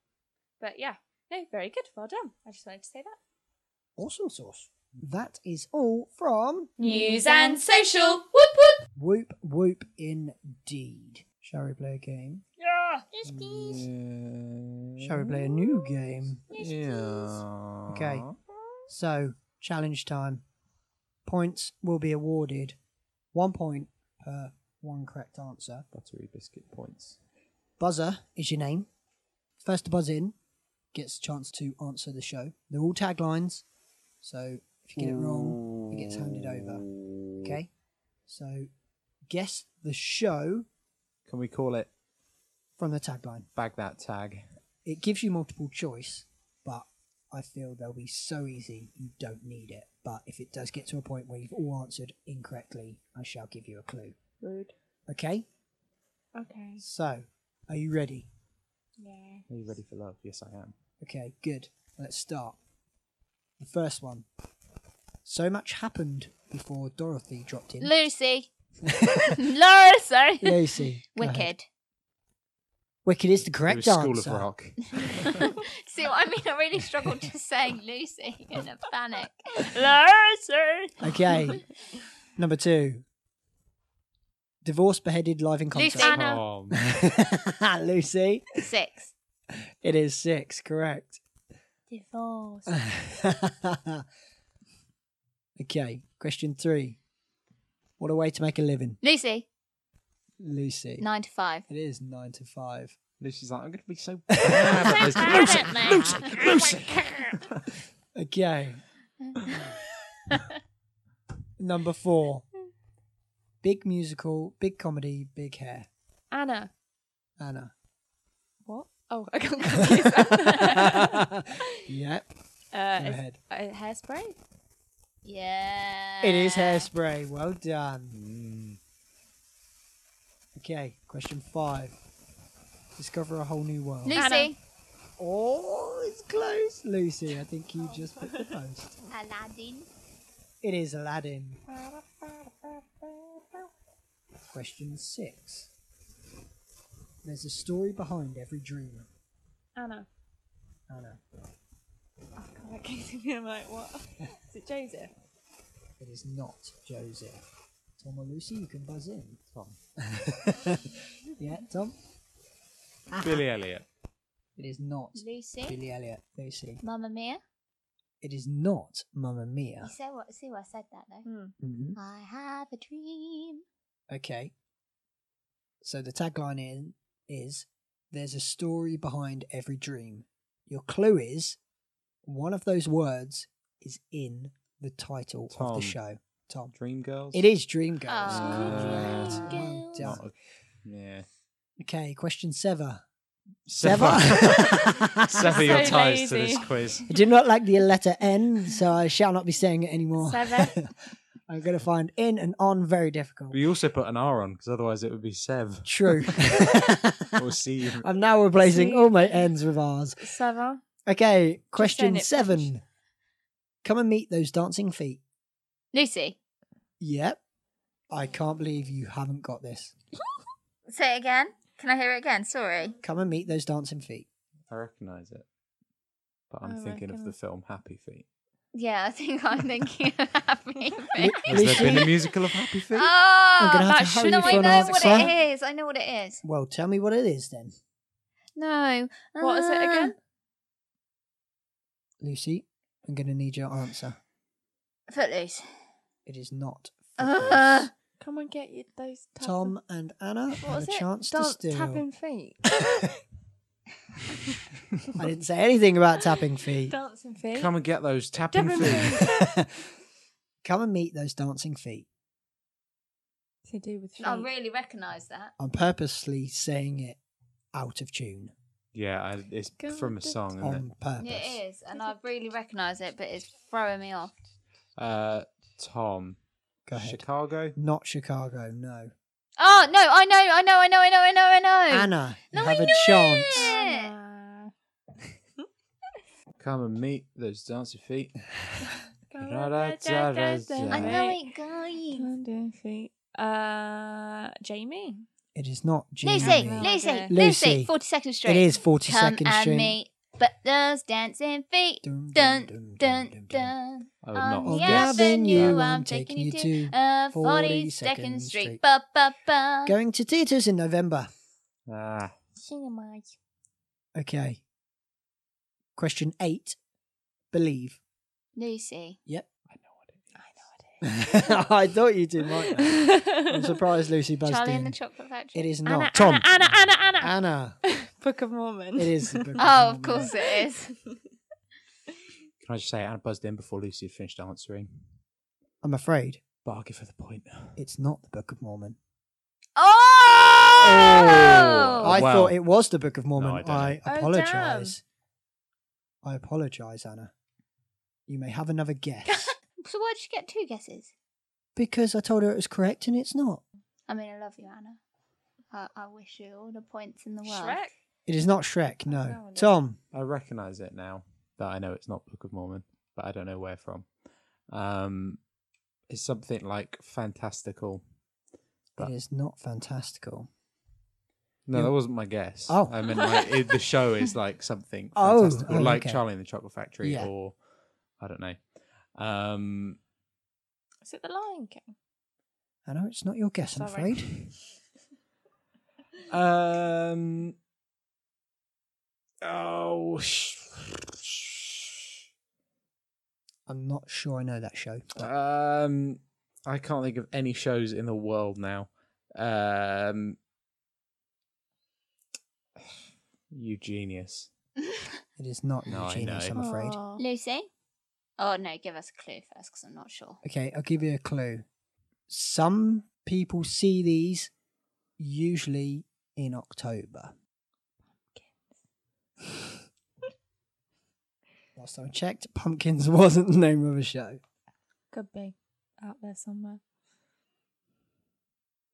Speaker 3: But yeah, no, very good, well done. I just wanted to say that.
Speaker 1: Awesome sauce. That is all from
Speaker 2: News and social. Whoop whoop.
Speaker 1: Whoop Whoop Indeed. Shall we play a game?
Speaker 3: Yeah.
Speaker 2: Yes, please.
Speaker 4: Yeah.
Speaker 1: Shall we play a new game?
Speaker 4: Yeah.
Speaker 1: Okay. So, challenge time. Points will be awarded. One point per one correct answer.
Speaker 4: Buttery biscuit points.
Speaker 1: Buzzer is your name. First to buzz in gets a chance to answer the show. They're all taglines. So, if you get it wrong, it gets handed over. Okay? So, guess the show
Speaker 4: Can we call it
Speaker 1: from the tagline.
Speaker 4: Bag That Tag?
Speaker 1: It gives you multiple choice, but I feel they'll be so easy you don't need it. But if it does get to a point where you've all answered incorrectly, I shall give you a clue.
Speaker 3: Rude.
Speaker 1: Okay?
Speaker 3: Okay.
Speaker 1: So, are you ready?
Speaker 3: Yeah.
Speaker 4: Are you ready for love? Yes, I am.
Speaker 1: Okay, good. Let's start. The first one. So much happened before Dorothy dropped in.
Speaker 2: Lucy. <laughs> Lucy. <laughs>
Speaker 1: Lucy. go ahead.
Speaker 2: Wicked.
Speaker 1: Wicked is the correct
Speaker 4: it was School
Speaker 1: answer.
Speaker 4: of Rock.
Speaker 1: <laughs>
Speaker 2: See what I mean? I really struggled to say Lucy in a panic. Lucy. <laughs>
Speaker 1: Okay. Number two. Divorce beheaded live in concert.
Speaker 2: Lucy. Anna.
Speaker 4: Oh,
Speaker 1: <laughs> Lucy.
Speaker 2: Six.
Speaker 1: It is six, correct.
Speaker 3: Divorce.
Speaker 1: <laughs> okay, question three. What a way to make a living,
Speaker 2: Lucy.
Speaker 1: Lucy.
Speaker 2: Nine to five.
Speaker 1: It is nine to five.
Speaker 4: Lucy's like, I'm going to
Speaker 1: <laughs>
Speaker 4: be so bad at this. <laughs>
Speaker 2: Lucy, <laughs> Lucy, Lucy.
Speaker 1: Okay. Number four. Big musical, big comedy, big hair.
Speaker 3: Anna.
Speaker 1: Anna.
Speaker 3: What? Oh, I can't
Speaker 2: <laughs>
Speaker 3: confuse that.
Speaker 1: yep.
Speaker 3: uh,
Speaker 1: Go ahead.
Speaker 3: uh, hairspray?
Speaker 2: Yeah.
Speaker 1: It is hairspray. Well done.
Speaker 4: Mm.
Speaker 1: Okay. Question five. Discover a whole new world.
Speaker 2: Lucy.
Speaker 3: Anna.
Speaker 1: oh, it's close. Lucy, I think you just put the post.
Speaker 2: Aladdin.
Speaker 1: It is Aladdin. Question six. There's a story behind every dream.
Speaker 3: Anna.
Speaker 1: Anna.
Speaker 3: Oh, God, that <laughs> came to me. I'm like, what? Is it Joseph?
Speaker 1: It is not Joseph. Tom or Lucy, you can buzz in. Tom. yeah, Tom.
Speaker 4: Billy Elliot.
Speaker 1: It is not
Speaker 2: Lucy,
Speaker 1: Billy Elliot, Lucy.
Speaker 2: Mamma Mia.
Speaker 1: It is not Mamma
Speaker 2: You
Speaker 1: Mia.
Speaker 2: see what? See what I said that though.
Speaker 3: Hmm.
Speaker 1: Mhm.
Speaker 2: I have a dream.
Speaker 1: Okay. So the tagline in is there's a story behind every dream. Your clue is one of those words is in the title of
Speaker 4: Tom.
Speaker 1: the show. Tom.
Speaker 4: Dream Girls.
Speaker 1: It is Dreamgirls.
Speaker 2: Ah,
Speaker 1: Correct. Well
Speaker 2: Dreamgirls.
Speaker 1: done.
Speaker 4: Not a- yeah.
Speaker 1: Okay, question seven.
Speaker 4: Sever.
Speaker 1: <laughs>
Speaker 4: <laughs> Sever your
Speaker 3: So
Speaker 4: ties to
Speaker 3: lazy.
Speaker 4: this quiz.
Speaker 1: I do not like the letter N, so I shall not be saying it anymore.
Speaker 3: Sever.
Speaker 1: <laughs> I'm going to find in and on very difficult.
Speaker 4: We also put an R on because otherwise it would
Speaker 1: <laughs>
Speaker 4: be Sev <laughs>
Speaker 1: True.
Speaker 4: or C.
Speaker 1: I'm now replacing
Speaker 3: See?
Speaker 1: all my N's with R's.
Speaker 3: Seven.
Speaker 1: Okay, question
Speaker 3: it
Speaker 1: seven.
Speaker 3: French.
Speaker 1: Come and meet those dancing feet.
Speaker 2: Lucy.
Speaker 1: Yep. I can't believe you haven't got this.
Speaker 2: Say it again. Can I hear it again? Sorry.
Speaker 1: Come and meet those dancing feet.
Speaker 4: I recognise it, but I'm
Speaker 3: I
Speaker 4: thinking of
Speaker 3: reckon-
Speaker 4: the film Happy Feet.
Speaker 2: Yeah, I think I'm thinking of <laughs> Happy Feet.
Speaker 4: Has there been
Speaker 1: Lucy?
Speaker 4: a musical of Happy Feet?
Speaker 2: Oh,
Speaker 1: gonna have to
Speaker 2: that's-
Speaker 1: hurry
Speaker 2: no,
Speaker 1: for
Speaker 2: I know
Speaker 1: another
Speaker 2: what
Speaker 1: song.
Speaker 2: it is. I know what it is.
Speaker 1: Well, tell me what it is then,
Speaker 2: No. Uh,
Speaker 3: What is it again?
Speaker 1: Lucy. I'm going to need your answer.
Speaker 2: Footloose.
Speaker 1: It is not.
Speaker 2: Uh.
Speaker 1: Footloose.
Speaker 3: Come and get you those tap-
Speaker 1: Tom and Anna
Speaker 3: What
Speaker 1: have
Speaker 3: is
Speaker 1: a chance
Speaker 3: it?
Speaker 1: to
Speaker 3: Dance-
Speaker 1: steal.
Speaker 3: Tapping feet.
Speaker 1: I didn't say anything about
Speaker 2: <laughs>
Speaker 1: tapping
Speaker 3: <laughs>
Speaker 1: feet.
Speaker 3: Dancing feet.
Speaker 4: Come and get those tapping
Speaker 3: Tapping
Speaker 4: feet.
Speaker 1: <laughs> Come and meet those dancing feet.
Speaker 3: to do with feet.
Speaker 2: I really recognise that.
Speaker 1: I'm purposely saying it out of tune
Speaker 4: Yeah, I, it's
Speaker 3: Go
Speaker 4: from a
Speaker 3: with the
Speaker 4: song, isn't it?
Speaker 1: on purpose.
Speaker 2: It is, and I really recognise it, but it's throwing me off.
Speaker 4: Uh, Tom.
Speaker 1: Go ahead.
Speaker 4: Chicago.
Speaker 1: Not Chicago, no.
Speaker 2: Oh no! I know! I know! I know! I know! I know! I know!
Speaker 1: Anna, you
Speaker 2: No, I
Speaker 1: have a
Speaker 2: know
Speaker 1: chance.
Speaker 2: it.
Speaker 3: Ah.
Speaker 4: Come and meet those dancing feet.
Speaker 3: Go
Speaker 4: Ra-
Speaker 3: with
Speaker 4: ra-
Speaker 3: the
Speaker 4: za- ra-
Speaker 3: dancing
Speaker 2: I
Speaker 4: za.
Speaker 2: know
Speaker 3: feet.
Speaker 2: it, guys.
Speaker 3: Dancing feet. Uh, Jamie.
Speaker 1: It is not Jamie.
Speaker 2: Lucy,
Speaker 3: Jamie.
Speaker 2: Lucy,
Speaker 3: Okay.
Speaker 1: Lucy.
Speaker 2: Lucy. Forty Second Street.
Speaker 1: It is 40
Speaker 2: Come
Speaker 1: Second
Speaker 2: and
Speaker 1: Street.
Speaker 2: meet, but those dancing feet.
Speaker 1: Dun, dun,
Speaker 2: Dun
Speaker 1: dun,
Speaker 2: dun
Speaker 1: dun, dun.
Speaker 2: dun.
Speaker 4: I would not Uh,
Speaker 1: On
Speaker 2: On
Speaker 4: have
Speaker 2: the
Speaker 1: the
Speaker 4: guessed.
Speaker 1: avenue, I'm taking you to
Speaker 2: Uh,
Speaker 1: 42nd
Speaker 2: 42nd
Speaker 1: Street.
Speaker 2: Street. Ba, ba, ba.
Speaker 1: Going to theatres in November.
Speaker 4: Ah,
Speaker 1: Okay. Question eight. Believe. <laughs>
Speaker 2: Lucy.
Speaker 1: Yep.
Speaker 4: I know what it is.
Speaker 1: I thought <laughs> you did, Mike.
Speaker 3: <laughs>
Speaker 1: I'm surprised Lucy buzzed
Speaker 2: Charlie
Speaker 1: in.
Speaker 2: and the Chocolate Factory.
Speaker 1: It is not.
Speaker 3: Anna, Anna,
Speaker 4: Tom.
Speaker 3: Anna, Anna, Anna,
Speaker 1: Anna.
Speaker 3: Book of Mormon.
Speaker 1: It
Speaker 3: <laughs>
Speaker 1: is. the Book
Speaker 2: Oh, of
Speaker 1: Mormon.
Speaker 2: course it is.
Speaker 4: Can I just say, Anna buzzed in before Lucy had finished answering.
Speaker 1: I'm afraid
Speaker 4: But I'll give her the point.
Speaker 1: it's not the Book of Mormon.
Speaker 2: Oh!
Speaker 1: I
Speaker 4: wow.
Speaker 1: thought it was the Book of Mormon.
Speaker 4: I don't
Speaker 1: I,
Speaker 3: know. Oh, damn.
Speaker 1: apologize. I apologize, Anna. You may have another
Speaker 3: <laughs>
Speaker 1: guess
Speaker 2: So why'd you get two guesses?
Speaker 1: because I told her it was correct and it's not.
Speaker 2: I mean, I love you, Anna. I, I wish you all the points in the world.
Speaker 3: Shrek.
Speaker 1: It is not Shrek. No,
Speaker 3: no, no.
Speaker 1: Tom.
Speaker 4: I recognise it now that I know it's not Book of Mormon, but I don't know where from. Um, it's something like fantastical. But-
Speaker 1: It is not fantastical.
Speaker 4: No,
Speaker 1: You-
Speaker 4: that wasn't my guess.
Speaker 1: Oh.
Speaker 4: I mean, like, it, the show is like <laughs> something
Speaker 1: Oh,
Speaker 4: fantastical,
Speaker 1: oh,
Speaker 4: like
Speaker 1: okay.
Speaker 4: Charlie and the Chocolate Factory,
Speaker 1: Yeah.
Speaker 4: or I don't know. Um,
Speaker 3: Is it the Lion King?
Speaker 1: Anna, it's not your guess. I'm
Speaker 3: Sorry.
Speaker 1: afraid.
Speaker 4: um, oh, sh-
Speaker 1: I'm not sure I know that show. But
Speaker 4: um, I can't think of any shows in the world now. Um, you genius.
Speaker 1: it is not
Speaker 4: No, I
Speaker 1: Eugenius. I'm
Speaker 4: know.
Speaker 1: afraid.
Speaker 3: Oh.
Speaker 2: Lucy? Oh, no, give us a clue first because I'm not sure.
Speaker 1: Okay, I'll give you a clue. Some people see these usually in October. Last time I checked, pumpkins <laughs> wasn't the name of a show.
Speaker 3: Could be out there somewhere.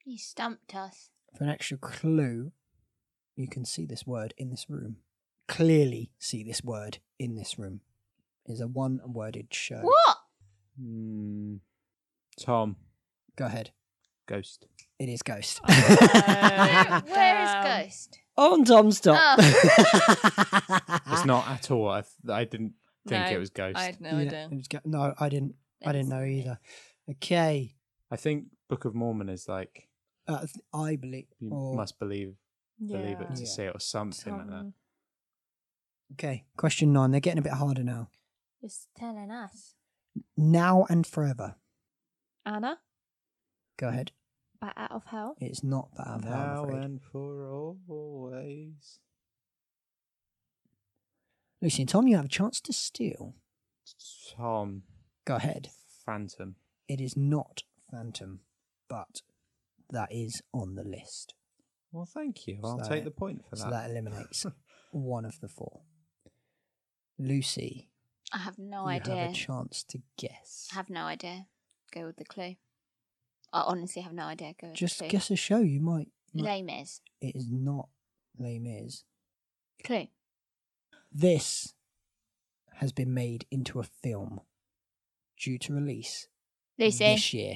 Speaker 2: You stumped us.
Speaker 1: For an extra clue, you can see this word in this room. Clearly see this word in this room. It's a one worded show.
Speaker 2: What?
Speaker 4: Hmm. Tom,
Speaker 1: Go ahead.
Speaker 4: ghost.
Speaker 1: It is Ghost.
Speaker 2: <laughs> Where,
Speaker 3: Oh.
Speaker 2: <laughs> where is
Speaker 3: Damn.
Speaker 2: Ghost?
Speaker 1: <laughs> On Tom's top. <laughs> Ah.
Speaker 4: It's not at all. I, th- I didn't think
Speaker 3: No,
Speaker 4: it was ghost.
Speaker 3: I had no
Speaker 1: Yeah,
Speaker 3: idea.
Speaker 1: it was go- no, I didn't. I didn't know either. Okay,
Speaker 4: I think Book of Mormon is like
Speaker 1: Uh, th- I believe.
Speaker 4: you
Speaker 1: or-
Speaker 4: must believe believe it to
Speaker 1: Yeah.
Speaker 4: see it or something like that.
Speaker 3: Tom
Speaker 1: Okay, question nine. They're getting a bit harder now.
Speaker 3: is telling us.
Speaker 1: Now and forever.
Speaker 3: Anna,
Speaker 1: Go ahead.
Speaker 3: by Out of Hell.
Speaker 1: It's not that. I'm
Speaker 4: now
Speaker 1: afraid.
Speaker 4: and for always.
Speaker 1: Lucy and Tom, you have a chance to steal.
Speaker 4: Tom
Speaker 1: Go ahead.
Speaker 4: Phantom.
Speaker 1: It is not Phantom, but that is on the list.
Speaker 4: Well, thank you. I'll
Speaker 1: So
Speaker 4: take
Speaker 1: that-
Speaker 4: the point for
Speaker 1: so
Speaker 4: that.
Speaker 1: that
Speaker 4: <laughs>
Speaker 1: eliminates one of the four. Lucy,
Speaker 2: I have no
Speaker 1: you have
Speaker 2: idea.
Speaker 1: a chance to guess.
Speaker 2: I have no idea. Go with the clue. I honestly have no idea. Go with
Speaker 1: Just
Speaker 2: the clue.
Speaker 1: guess a show. You might. might-
Speaker 2: Lame is.
Speaker 1: It is not Les Mis.
Speaker 2: Clue.
Speaker 1: This has been made into a film due to release
Speaker 2: Lucy. Um,
Speaker 1: this year.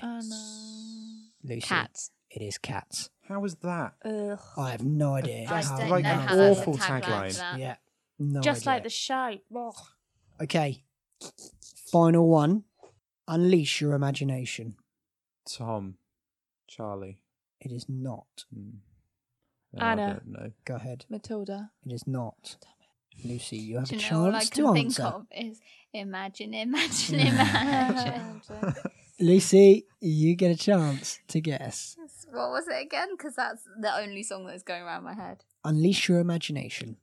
Speaker 1: Lucy,
Speaker 2: Cats.
Speaker 1: it is Cats.
Speaker 4: How was that?
Speaker 3: Ugh.
Speaker 1: I have no idea.
Speaker 2: I
Speaker 4: That's
Speaker 2: don't
Speaker 4: like
Speaker 2: know
Speaker 4: an
Speaker 2: how that's a
Speaker 4: awful
Speaker 2: tagline. for
Speaker 4: tagline.
Speaker 2: that.
Speaker 1: Yeah, no
Speaker 3: Just
Speaker 1: idea.
Speaker 3: like the show. Ugh.
Speaker 1: Okay. Final one. Unleash your imagination.
Speaker 4: Tom, Charlie.
Speaker 1: It is not.
Speaker 4: Mm.
Speaker 3: Anna.
Speaker 4: No.
Speaker 1: Go ahead.
Speaker 3: <laughs> Matilda.
Speaker 1: It is not. Lucy, you have
Speaker 2: Do
Speaker 1: a
Speaker 2: you know all I
Speaker 1: chance
Speaker 2: can
Speaker 1: to
Speaker 2: think
Speaker 1: answer.
Speaker 2: of is imagine,
Speaker 1: <laughs>
Speaker 2: imagine, imagine.
Speaker 1: Lucy, you get a chance to guess.
Speaker 2: what was it again? Because that's the only song that's going around my head.
Speaker 1: Unleash your imagination.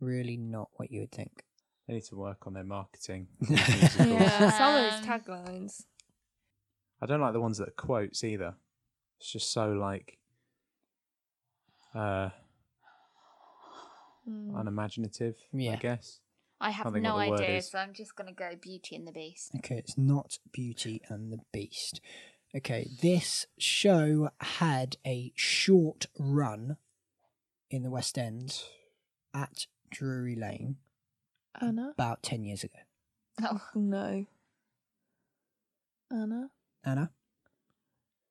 Speaker 1: Really not what you would think.
Speaker 4: They need to work on their
Speaker 1: <laughs>
Speaker 4: marketing.
Speaker 3: yeah.
Speaker 2: Um,
Speaker 3: <laughs> Some of those taglines.
Speaker 4: I don't like the ones that are quotes either. It's just so like uh
Speaker 3: Mm.
Speaker 4: unimaginative, I
Speaker 1: Hmm. Yeah.
Speaker 4: guess.
Speaker 2: I have
Speaker 4: Can't think
Speaker 2: no
Speaker 4: what the word
Speaker 2: idea,
Speaker 4: is.
Speaker 2: so I'm just going to go Beauty and the Beast. <laughs>
Speaker 1: Okay, it's not Beauty and the Beast. Okay, this show had a short run in the West End at Drury Lane
Speaker 3: Anna?
Speaker 1: about 10 years ago.
Speaker 2: Oh,
Speaker 3: No. Anna?
Speaker 1: Anna,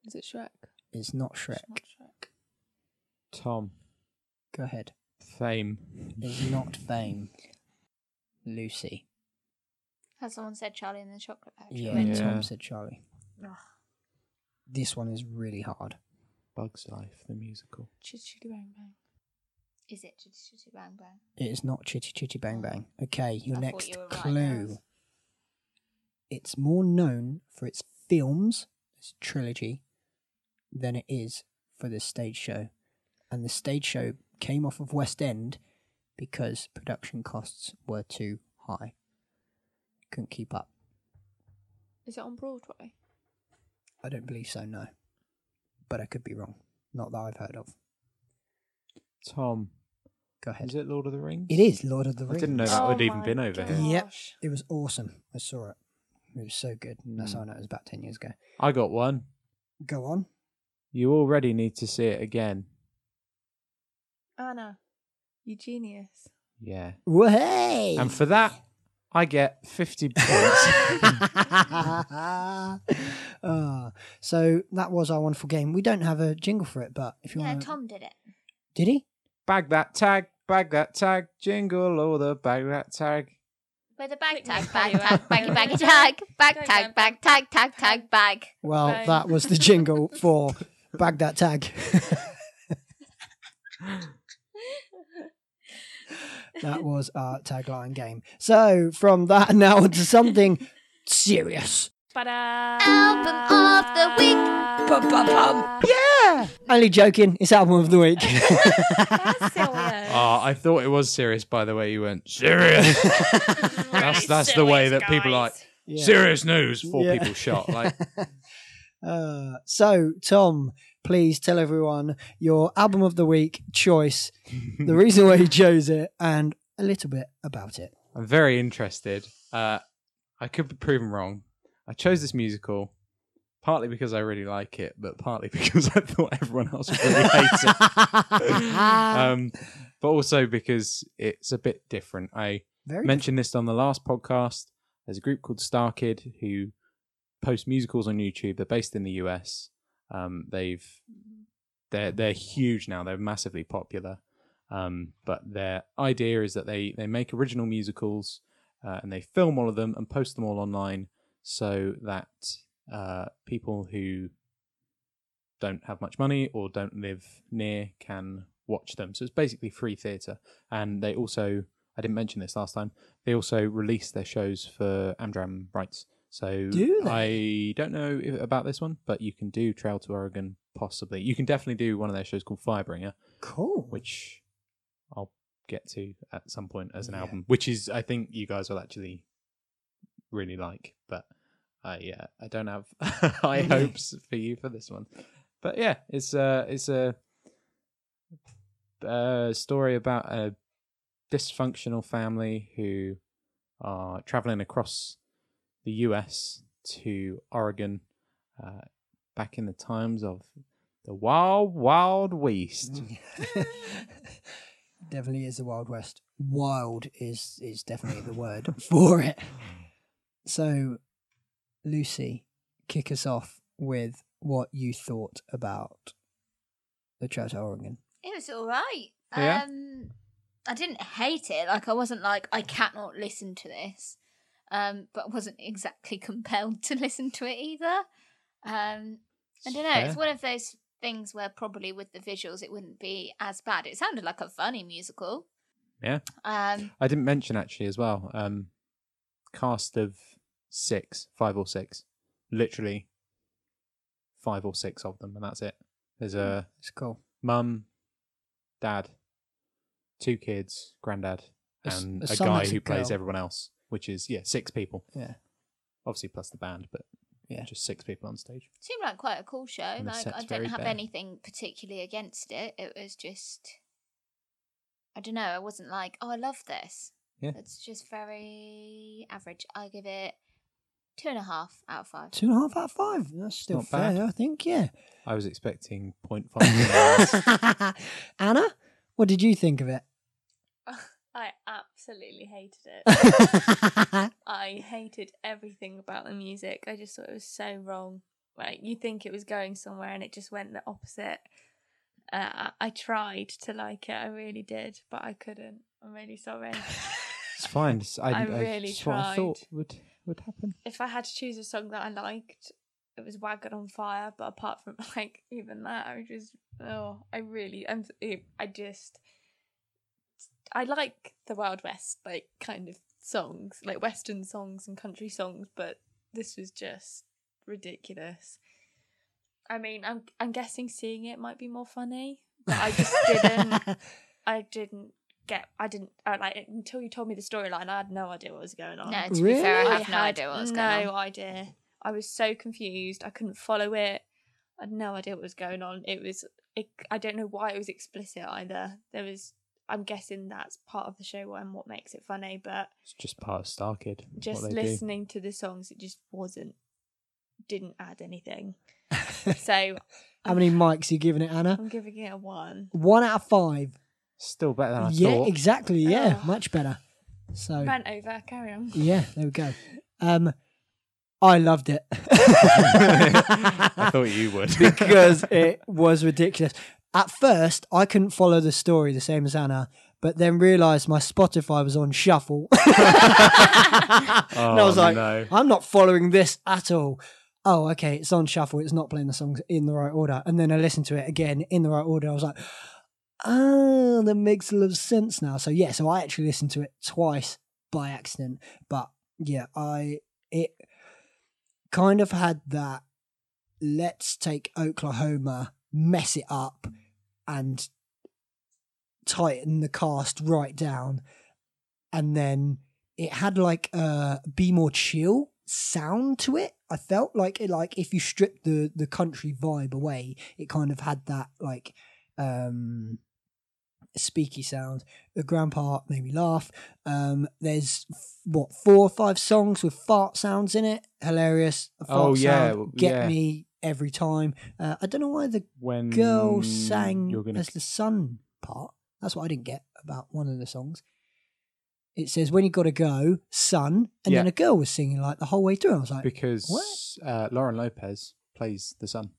Speaker 3: Is it Shrek?
Speaker 1: it's not Shrek.
Speaker 3: It's not Shrek.
Speaker 4: Tom,
Speaker 1: Go ahead.
Speaker 4: fame.
Speaker 1: It's not Fame. Lucy.
Speaker 2: has someone said Charlie and the Chocolate Factory?
Speaker 1: Yeah,
Speaker 4: Yeah.
Speaker 1: Tom said Charlie.
Speaker 2: Ugh.
Speaker 1: This one is really hard.
Speaker 4: Bugs Life, the musical.
Speaker 3: Chitty Chitty Bang Bang.
Speaker 2: Is it Chitty Chitty Bang Bang?
Speaker 1: It is not Chitty Chitty Bang Bang. Okay, your
Speaker 2: I thought
Speaker 1: next
Speaker 2: you were right,
Speaker 1: clue.
Speaker 2: Naz.
Speaker 1: it's more known for its films, its trilogy, than it is for the stage show. And the stage show came off of West End because production costs were too high. Couldn't keep up.
Speaker 3: Is it on Broadway?
Speaker 1: I don't believe so, no. But I could be wrong. Not that I've heard of.
Speaker 4: Tom,
Speaker 1: Go ahead.
Speaker 4: is it Lord of the Rings?
Speaker 1: It is Lord of the Rings.
Speaker 4: I didn't know that
Speaker 3: Oh
Speaker 4: would even
Speaker 3: my
Speaker 4: been over here.
Speaker 3: God.
Speaker 1: Yep.
Speaker 3: Gosh.
Speaker 1: It was awesome. I saw it. It was so good. That's
Speaker 4: Mm.
Speaker 1: how I know it was about 10 years ago.
Speaker 4: I got one.
Speaker 1: Go on.
Speaker 4: You already need to see it again.
Speaker 3: Anna. You genius.
Speaker 4: Yeah.
Speaker 1: Way!
Speaker 4: And for that,
Speaker 1: <laughs>
Speaker 4: I get 50 points.
Speaker 1: Ah, so that was our wonderful game. We don't have a jingle for it, but if you
Speaker 2: Yeah,
Speaker 1: want,
Speaker 2: Tom did it.
Speaker 1: did he?
Speaker 4: bag that tag, bag that tag, jingle all the bag that tag.
Speaker 2: With a bag
Speaker 3: Pick
Speaker 2: tag,
Speaker 3: me
Speaker 2: bag
Speaker 3: up.
Speaker 2: tag, baggy <laughs> baggy tag, bag
Speaker 3: Don't
Speaker 2: tag,
Speaker 3: go.
Speaker 2: bag tag, tag tag bag.
Speaker 1: Well,
Speaker 3: Bang.
Speaker 1: that was the
Speaker 2: <laughs>
Speaker 1: jingle for bag that tag. <laughs> that was our tagline game. So from that now on to something serious.
Speaker 3: Ba-da!
Speaker 2: Album of the week.
Speaker 1: Yeah, only joking. It's album of the week.
Speaker 3: That's <laughs> so weird.
Speaker 4: Ah, I thought it was serious by the way you
Speaker 1: <laughs>
Speaker 4: went serious. that's that's the way that people are like
Speaker 1: <laughs> Yeah.
Speaker 4: serious news. Four
Speaker 1: Yeah. <laughs>
Speaker 4: people shot. Like
Speaker 1: Uh, so, Tom, please tell everyone your album of the week choice, the reason why you chose it, and a little bit about it.
Speaker 4: I'm very interested. Uh, I could be proven wrong. I chose this musical partly because I really like it, but partly <laughs> because I thought everyone else would really hate
Speaker 1: <laughs>
Speaker 4: it. um, but also because it's a bit different. I
Speaker 1: Very
Speaker 4: mentioned this on the last podcast. There's a group called Star Kid who post musicals on YouTube. They're based in the US. Um, they've they're they're huge now. They're massively popular. Um, but their idea is that they they make original musicals uh, and they film all of them and post them all online so that uh, people who don't have much money or don't live near can watch them. So it's basically free theatre. And they also, I didn't mention this last time, they also release their shows for Amdram rights. So
Speaker 1: Do
Speaker 4: I don't know if, about this one, but you can do Trail to Oregon possibly. You can definitely do one of their shows called Firebringer,
Speaker 1: Cool.
Speaker 4: which I'll get to at some point as an
Speaker 1: Yeah.
Speaker 4: album, which is I think you guys will actually really like. But I uh, I don't have <laughs>
Speaker 1: <laughs>
Speaker 4: high
Speaker 1: Yeah.
Speaker 4: hopes for you for this one. But yeah, it's uh it's a uh, story about a dysfunctional family who are traveling across the U.S. to Oregon uh, back in the times of the wild, wild west.
Speaker 1: <laughs> definitely is the Wild West. Wild is is definitely the
Speaker 4: <laughs>
Speaker 1: word for it. So, Lucy, kick us off with what you thought about the Trail to Oregon.
Speaker 2: It was all right.
Speaker 4: Oh, Yeah?
Speaker 2: Um, I didn't hate it. Like I wasn't like I cannot listen to this. Um, but I wasn't exactly <laughs> compelled to listen to it either. Um, I don't know. It's
Speaker 4: Fair.
Speaker 2: one of those things where probably with the visuals it wouldn't be as bad. It sounded like a funny musical.
Speaker 4: Yeah.
Speaker 2: Um,
Speaker 4: I didn't mention actually as well. Um, cast of six, five or six, literally five or six of them, and that's it.
Speaker 2: Hmm.
Speaker 4: There's a
Speaker 1: It's cool.
Speaker 4: mum, dad, two kids, granddad,
Speaker 1: A s-
Speaker 4: and
Speaker 1: a
Speaker 4: a,
Speaker 1: son
Speaker 4: guy
Speaker 1: that's a
Speaker 4: who plays
Speaker 1: girl.
Speaker 4: everyone else, which is yeah, six people.
Speaker 1: Yeah.
Speaker 4: Obviously, plus the band, but
Speaker 1: Yeah.
Speaker 4: just six people on
Speaker 1: <laughs>
Speaker 4: stage.
Speaker 2: seemed like quite a cool show.
Speaker 4: And the
Speaker 2: Like
Speaker 4: set's
Speaker 2: I
Speaker 4: very
Speaker 2: don't have
Speaker 4: bare.
Speaker 2: anything particularly against it. It was just I don't know, I wasn't like, oh I love this.
Speaker 4: Yeah.
Speaker 2: It's just very average. I give it two and a half out of five.
Speaker 1: Two and a half out of five. That's still
Speaker 4: Not
Speaker 1: fair,
Speaker 4: bad.
Speaker 1: I think.
Speaker 4: <laughs>
Speaker 1: Yeah.
Speaker 4: I was expecting point
Speaker 1: <laughs>
Speaker 4: five.
Speaker 1: Anna, what did you think of it?
Speaker 3: I absolutely hated <laughs> it. I hated everything about the music. I just thought it was so wrong. Like you think it was going somewhere and it just went the opposite. Uh, I- I tried to like it, I really did, but I couldn't. I'm really sorry.
Speaker 4: it's fine. It's- I,
Speaker 3: I
Speaker 4: I-
Speaker 3: really
Speaker 4: it's what I
Speaker 3: tried.
Speaker 4: thought would would happen.
Speaker 3: if I had to choose a song that I liked, it was Wagon on Fire. But apart from <laughs> like even that, I was just oh, I really, I'm, I just, I like the Wild West like kind of songs, like Western songs and country songs, but this was just ridiculous. I mean, I'm I'm guessing seeing it might be more funny, but
Speaker 1: <laughs>
Speaker 3: I just didn't.
Speaker 4: <laughs>
Speaker 3: I didn't get. I didn't I, like until you told me the storyline. I had no idea what was going on.
Speaker 2: No, to be fair, I
Speaker 1: Really?
Speaker 2: have no idea what was going
Speaker 3: Oh, No
Speaker 2: on.
Speaker 3: idea. I was so confused. I couldn't follow it. I had no idea what was going on. It was. It, I don't know why it was explicit either. There was. I'm guessing that's part of the show and what makes it funny. But
Speaker 4: It's just part of Star Kid. what
Speaker 3: just
Speaker 4: they do.
Speaker 3: listening to the songs, it just wasn't. Didn't add anything. So
Speaker 1: How many mics are you giving it, Anna?
Speaker 3: I'm giving it a one.
Speaker 1: One out of five.
Speaker 4: Still better than I
Speaker 1: yeah,
Speaker 4: thought.
Speaker 1: exactly. Yeah,
Speaker 3: Ugh.
Speaker 1: much better. So
Speaker 3: Rant over. Carry on. <laughs>
Speaker 1: yeah, there we go. Um, I loved it. <laughs>
Speaker 4: <laughs> I thought you would.
Speaker 1: because it was ridiculous. At first, I couldn't follow the story the same as Anna, but then realised my Spotify was on shuffle. <laughs> and I was
Speaker 4: Oh,
Speaker 1: like,
Speaker 4: no.
Speaker 1: I'm not following this at all. Oh, okay, it's on shuffle. It's not playing the songs in the right order. And then I listened to it again in the right order. I was like, oh, that makes a lot of sense now. So yeah, so I actually listened to it twice by accident. But yeah, I it kind of had that let's take Oklahoma, mess it up, and tighten the cast right down. And then it had like a be more chill sound to it. I felt like it like if you stripped the the country vibe away, it kind of had that like um speaky sound. The grandpa made me laugh. Um there's f- what four or five songs with fart sounds in it. Hilarious. A fart
Speaker 4: Oh, yeah,
Speaker 1: sound.
Speaker 4: w-
Speaker 1: Get
Speaker 4: yeah.
Speaker 1: me every time. Uh, I don't know why the
Speaker 4: when
Speaker 1: girl sang
Speaker 4: Mm, you're gonna
Speaker 1: as the sun part. That's what I didn't get about one of the songs. It says when you got to go, sun, and then
Speaker 4: Yeah.
Speaker 1: a girl was singing like the whole way through. I was like,
Speaker 4: because uh, Lauren Lopez plays the sun.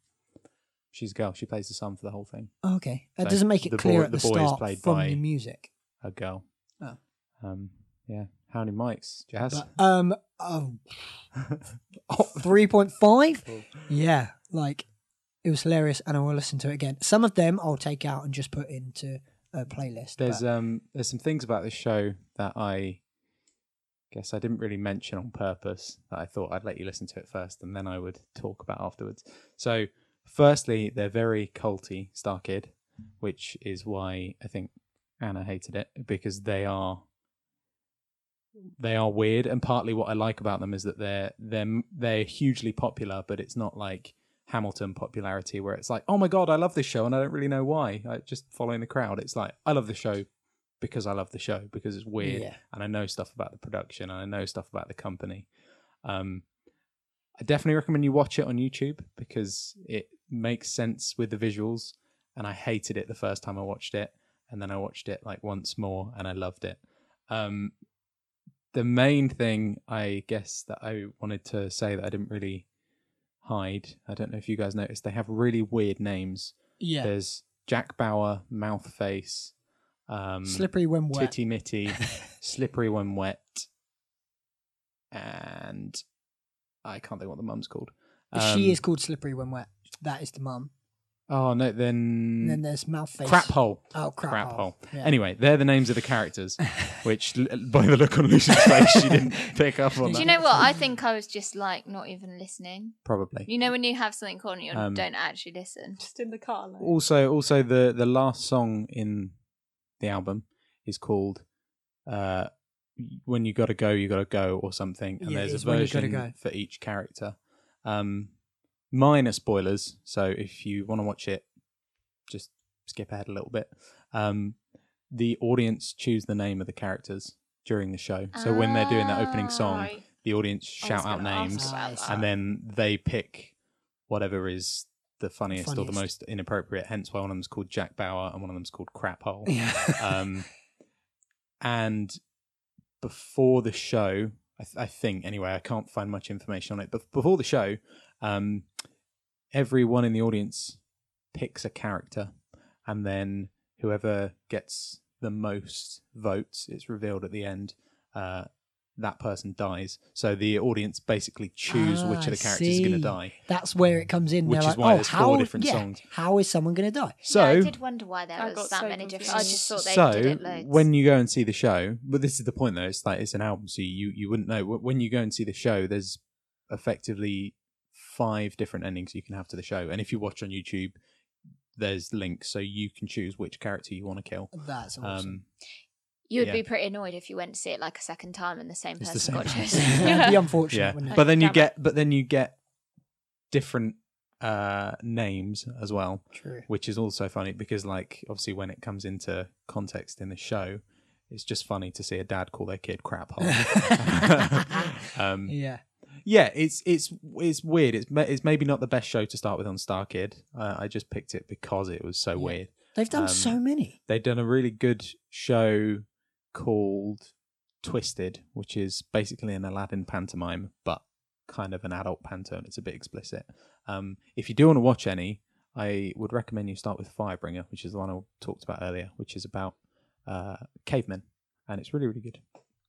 Speaker 4: She's a girl. She plays the sun for the whole thing.
Speaker 1: oh, okay, that
Speaker 4: So
Speaker 1: doesn't make it
Speaker 4: the
Speaker 1: clear
Speaker 4: boy-
Speaker 1: at the,
Speaker 4: the boy is
Speaker 1: start
Speaker 4: played
Speaker 1: from
Speaker 4: by-
Speaker 1: the music.
Speaker 4: A girl.
Speaker 1: Oh.
Speaker 4: Um. Yeah. How many mics, Jazz?
Speaker 1: But, um,
Speaker 4: <laughs>
Speaker 1: oh, 3.5? Yeah, like it was hilarious, and I will listen to it again. Some of them I'll take out and just put into a playlist.
Speaker 4: There's
Speaker 1: but-
Speaker 4: um there's some things about this show that I guess I didn't really mention on purpose that I thought I'd let you listen to it first and then I would talk about afterwards. So firstly, they're very culty, Star Kid, which is why I think Anna hated it, because they are they are weird and partly what I like about them is that they're they're they're hugely popular, but it's not like Hamilton popularity where it's like, oh my god, I love this show and I don't really know why. I just following the crowd. It's like I love the show because I love the show because it's weird
Speaker 1: Yeah.
Speaker 4: and I know stuff about the production and I know stuff about the company. Um, I definitely recommend you watch it on YouTube because it makes sense with the visuals. And I hated it the first time I watched it, and then I watched it like once more and I loved it. Um, the main thing I guess that I wanted to say that I didn't really hide. I don't know if you guys noticed they have really weird names.
Speaker 1: yeah,
Speaker 4: There's Jack Bauer, Mouthface, um,
Speaker 1: slippery when wet. <laughs>
Speaker 4: Titty Mitty, Slippery When Wet, and I can't think what the mum's called.
Speaker 1: she
Speaker 4: Um,
Speaker 1: is called slippery when wet. That is the mum.
Speaker 4: Oh no,
Speaker 1: And then
Speaker 4: then,
Speaker 1: there's mouth face.
Speaker 4: crap hole.
Speaker 1: Oh, crap,
Speaker 4: crap
Speaker 1: hole.
Speaker 4: hole.
Speaker 1: Yeah.
Speaker 4: Anyway, they're the names of the characters, which l- by the look on Lucy's face,
Speaker 1: <laughs>
Speaker 4: she didn't pick up
Speaker 1: Do
Speaker 4: on.
Speaker 2: Do
Speaker 4: that.
Speaker 2: you know what? I think I was just like not even listening.
Speaker 4: Probably.
Speaker 2: You know when you have something on you and
Speaker 4: Um,
Speaker 2: don't actually listen.
Speaker 3: Just in the car, like.
Speaker 4: Also, also the the last song in the album is called uh, "When You Gotta Go, You Gotta Go" or something, and
Speaker 1: Yeah,
Speaker 4: there's
Speaker 1: it's
Speaker 4: a
Speaker 1: When You Gotta
Speaker 4: version
Speaker 1: Go.
Speaker 4: for each character. Um, minor spoilers, so if you want to watch it, just skip ahead a little bit. Um, the audience choose the name of the characters during the show, so when they're doing that opening song,
Speaker 3: Right.
Speaker 4: the audience
Speaker 3: I was
Speaker 4: shout out
Speaker 3: gonna ask
Speaker 4: names
Speaker 3: about
Speaker 1: Ah, I
Speaker 4: and
Speaker 3: that.
Speaker 4: then they pick whatever is the funniest, or the
Speaker 1: Funniest.
Speaker 4: most inappropriate. Hence why one of them's called Jack Bauer and one of them's called Crap Hole.
Speaker 1: <laughs> Yeah.
Speaker 4: um, and before the show, I, th- I think anyway, I can't find much information on it. But before the show, um, everyone in the audience picks a character, and then whoever gets the most votes, it's revealed at the end. Uh, that person dies, so the audience basically choose
Speaker 1: Ah,
Speaker 4: which of
Speaker 1: I
Speaker 4: the characters is going to
Speaker 1: see.
Speaker 4: die.
Speaker 1: That's where it comes in.
Speaker 4: Which
Speaker 1: They're
Speaker 4: is
Speaker 1: like,
Speaker 4: why
Speaker 1: oh,
Speaker 4: there's four
Speaker 1: how,
Speaker 4: different
Speaker 1: yeah,
Speaker 4: songs.
Speaker 1: How is someone going to die?
Speaker 4: So
Speaker 2: yeah, I did wonder why there
Speaker 3: I
Speaker 2: was
Speaker 3: got
Speaker 2: that
Speaker 3: so
Speaker 2: many
Speaker 3: confused.
Speaker 2: different. I just thought they
Speaker 4: so
Speaker 2: did it loads.
Speaker 4: when you go and see the show but this is the point though it's like it's an album so you you wouldn't know Wh- when you go and see the show there's effectively five different endings you can have to the show and if you watch on youtube there's links so you can choose which character you want to kill
Speaker 1: That's awesome. <laughs>
Speaker 4: um
Speaker 2: you would
Speaker 4: yeah.
Speaker 2: be pretty annoyed if you went to see it like a second time and the same
Speaker 4: It's
Speaker 2: person
Speaker 4: the
Speaker 2: got
Speaker 4: same
Speaker 2: chosen. <laughs>
Speaker 4: person.
Speaker 1: It'd be
Speaker 2: yeah.
Speaker 1: unfortunate,
Speaker 4: <laughs> yeah
Speaker 1: wouldn't it?
Speaker 4: but then you
Speaker 3: Damn it.
Speaker 4: get but then you get different uh names as well
Speaker 1: True.
Speaker 4: which is also funny because like obviously when it comes into context in the show it's just funny to see a dad call their kid crap hole um
Speaker 1: Yeah.
Speaker 4: yeah it's it's it's weird it's ma- it's maybe not the best show to start with on star kid uh, i just picked it because it was so
Speaker 1: Yeah.
Speaker 4: weird
Speaker 1: They've done
Speaker 4: um,
Speaker 1: so many.
Speaker 4: they've done a really good show called twisted which is basically an aladdin pantomime but kind of an adult pantomime it's a bit explicit um, if you do want to watch any i would recommend you start with firebringer which is the one i talked about earlier which is about uh, cavemen and it's really really good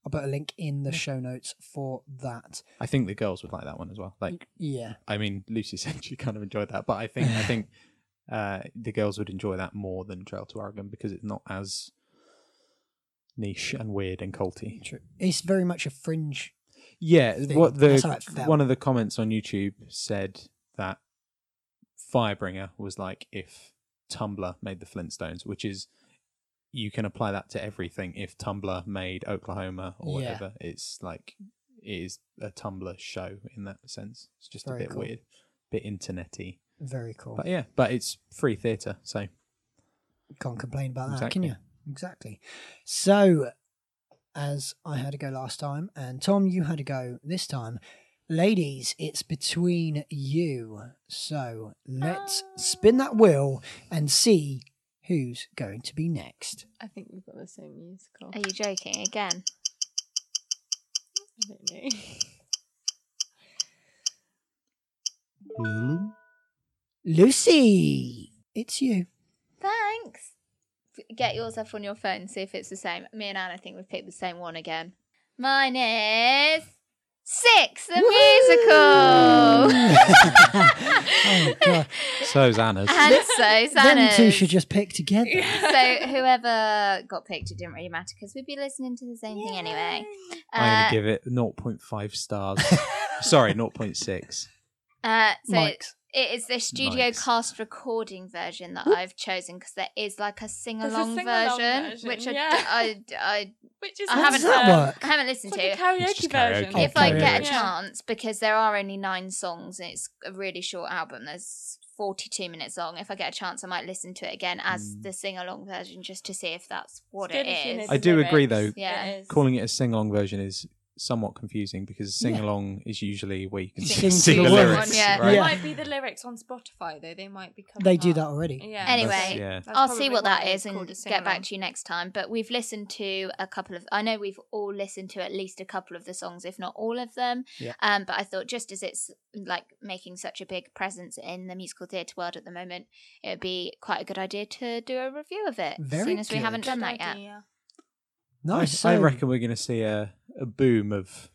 Speaker 1: I'll put a link in the show notes for that.
Speaker 4: i think the girls would like that one as well like
Speaker 1: Yeah.
Speaker 4: I mean, Lucy <laughs> said she kind of enjoyed that, but I think
Speaker 1: <laughs>
Speaker 4: I think uh, the girls would enjoy that more than Trail to Oregon because it's not as niche and weird and culty.
Speaker 1: True. It's very much a fringe.
Speaker 4: Yeah,
Speaker 1: Thing.
Speaker 4: what the
Speaker 1: That's how it felt.
Speaker 4: one of the comments on YouTube said that Firebringer was like if Tumblr made the Flintstones, which is you can apply that to everything. If Tumblr made Oklahoma or
Speaker 1: Yeah.
Speaker 4: whatever, it's like it is a Tumblr show in that sense. It's just
Speaker 1: Very
Speaker 4: a bit
Speaker 1: cool.
Speaker 4: weird, bit internety.
Speaker 1: Very cool.
Speaker 4: But yeah, but it's free theatre, so
Speaker 1: Can't complain about that, can
Speaker 4: Exactly.
Speaker 1: you? Exactly. So, as I had to go last time, and Tom, you had to go this time. Ladies, it's between you. So let's spin that wheel and see who's going to be next.
Speaker 3: I think we've got the same musical.
Speaker 2: Are you joking again?
Speaker 3: I don't <laughs> know.
Speaker 1: Lucy, it's
Speaker 2: <laughs>
Speaker 1: you.
Speaker 2: Thanks. Get yours up on your phone. See if it's the same. Me and Anna think we've picked the same one again. Mine is Six, the <laughs>
Speaker 4: <laughs>
Speaker 2: musical.
Speaker 1: <laughs> oh, God.
Speaker 4: So's Anna's.
Speaker 2: And so
Speaker 1: Them two
Speaker 2: Sanna's.
Speaker 1: should just pick together.
Speaker 2: <laughs>
Speaker 1: <laughs>
Speaker 2: so
Speaker 3: <laughs>
Speaker 2: whoever got picked, it didn't really matter because we'd be listening to the same thing anyway.
Speaker 4: I'm
Speaker 2: Uh,
Speaker 4: going to give it 0.5 stars. <laughs> Sorry, 0.6.
Speaker 2: uh, so
Speaker 1: Mike's.
Speaker 2: it is the studio
Speaker 4: Nice.
Speaker 2: cast recording version that I've chosen because there is like a sing along
Speaker 3: sing-along
Speaker 2: version,
Speaker 3: version,
Speaker 2: which I d-
Speaker 3: yeah.
Speaker 2: I, d- I,
Speaker 3: Which is
Speaker 2: I
Speaker 1: How
Speaker 2: haven't
Speaker 1: does that
Speaker 3: um,
Speaker 1: work?
Speaker 2: I haven't listened
Speaker 3: It's like
Speaker 2: to.
Speaker 3: a karaoke
Speaker 4: It's just
Speaker 3: version.
Speaker 4: karaoke.
Speaker 2: if I
Speaker 1: Okay.
Speaker 2: get a
Speaker 1: Yeah.
Speaker 2: chance, because there are only nine songs and it's a really short album, there's 42 minutes long. If I get a chance, I might listen to it again as
Speaker 4: Mm.
Speaker 2: the sing along version just to see if that's what
Speaker 3: It's good
Speaker 2: it
Speaker 3: if you know
Speaker 2: is.
Speaker 3: the
Speaker 4: I do agree,
Speaker 3: lyrics.
Speaker 4: though.
Speaker 2: Yeah.
Speaker 3: It is.
Speaker 4: Calling it a sing along version is somewhat confusing because
Speaker 1: Yeah.
Speaker 4: sing along is usually where you can
Speaker 1: Sing
Speaker 4: <laughs> sing,
Speaker 1: to
Speaker 4: the
Speaker 1: the words.
Speaker 4: lyrics.
Speaker 2: Yeah.
Speaker 4: Right?
Speaker 3: It
Speaker 1: Yeah.
Speaker 3: might be the lyrics on Spotify though. They might be coming
Speaker 1: They do
Speaker 3: up.
Speaker 1: that already.
Speaker 3: Yeah.
Speaker 2: Anyway,
Speaker 4: Yeah.
Speaker 3: that's
Speaker 2: I'll see
Speaker 3: probably
Speaker 2: what that
Speaker 3: why
Speaker 2: is
Speaker 3: it's
Speaker 2: and
Speaker 3: called a
Speaker 2: get
Speaker 3: sing-along.
Speaker 2: back to you next time. But we've listened to a couple of, I know we've all listened to at least a couple of the songs, if not all of them.
Speaker 4: Yeah.
Speaker 2: Um, but I thought just as it's like making such a big presence in the musical theatre world at the moment, it would be quite a good idea to do a review of it,
Speaker 1: Very
Speaker 2: seeing as we
Speaker 1: good.
Speaker 2: haven't done
Speaker 3: Good
Speaker 2: that yet.
Speaker 3: idea.
Speaker 4: I,
Speaker 1: Nice.
Speaker 4: I
Speaker 1: so-
Speaker 4: reckon we're going to see a, a boom of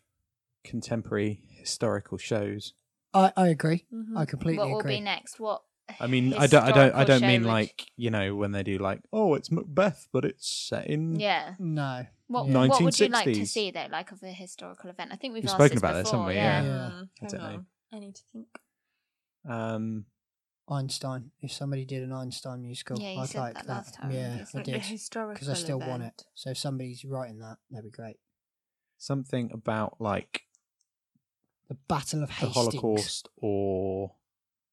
Speaker 4: contemporary historical shows.
Speaker 1: I, I agree. I completely
Speaker 2: Mm-hmm. What will
Speaker 1: agree.
Speaker 2: be next? What?
Speaker 4: I mean, I don't, I don't, I
Speaker 2: historical
Speaker 4: don't
Speaker 2: show
Speaker 4: mean
Speaker 2: would-
Speaker 4: like you know when they do like, oh, it's Macbeth, but it's set in.
Speaker 2: Yeah.
Speaker 1: no.
Speaker 2: What,
Speaker 1: Yeah.
Speaker 2: what would you like to
Speaker 4: 1960s.
Speaker 2: see though, like of a historical event? I think we've,
Speaker 4: We've
Speaker 2: asked
Speaker 4: spoken
Speaker 2: this
Speaker 4: about this,
Speaker 2: before,
Speaker 4: haven't we?
Speaker 2: Yeah.
Speaker 4: Yeah.
Speaker 3: Um,
Speaker 4: I
Speaker 3: hang
Speaker 4: don't know.
Speaker 3: on. I need to think.
Speaker 4: Um,
Speaker 1: Einstein. If somebody did an Einstein musical,
Speaker 2: Yeah, you
Speaker 1: I'd
Speaker 2: said
Speaker 1: like
Speaker 2: that
Speaker 1: that.
Speaker 2: last time.
Speaker 1: Yeah,
Speaker 2: It's
Speaker 1: I
Speaker 2: like <laughs>
Speaker 1: did
Speaker 3: historical
Speaker 1: because I still want it. So if somebody's writing that, that'd be great.
Speaker 4: something about like
Speaker 1: The Battle of
Speaker 4: the
Speaker 1: Hastings.
Speaker 4: Holocaust or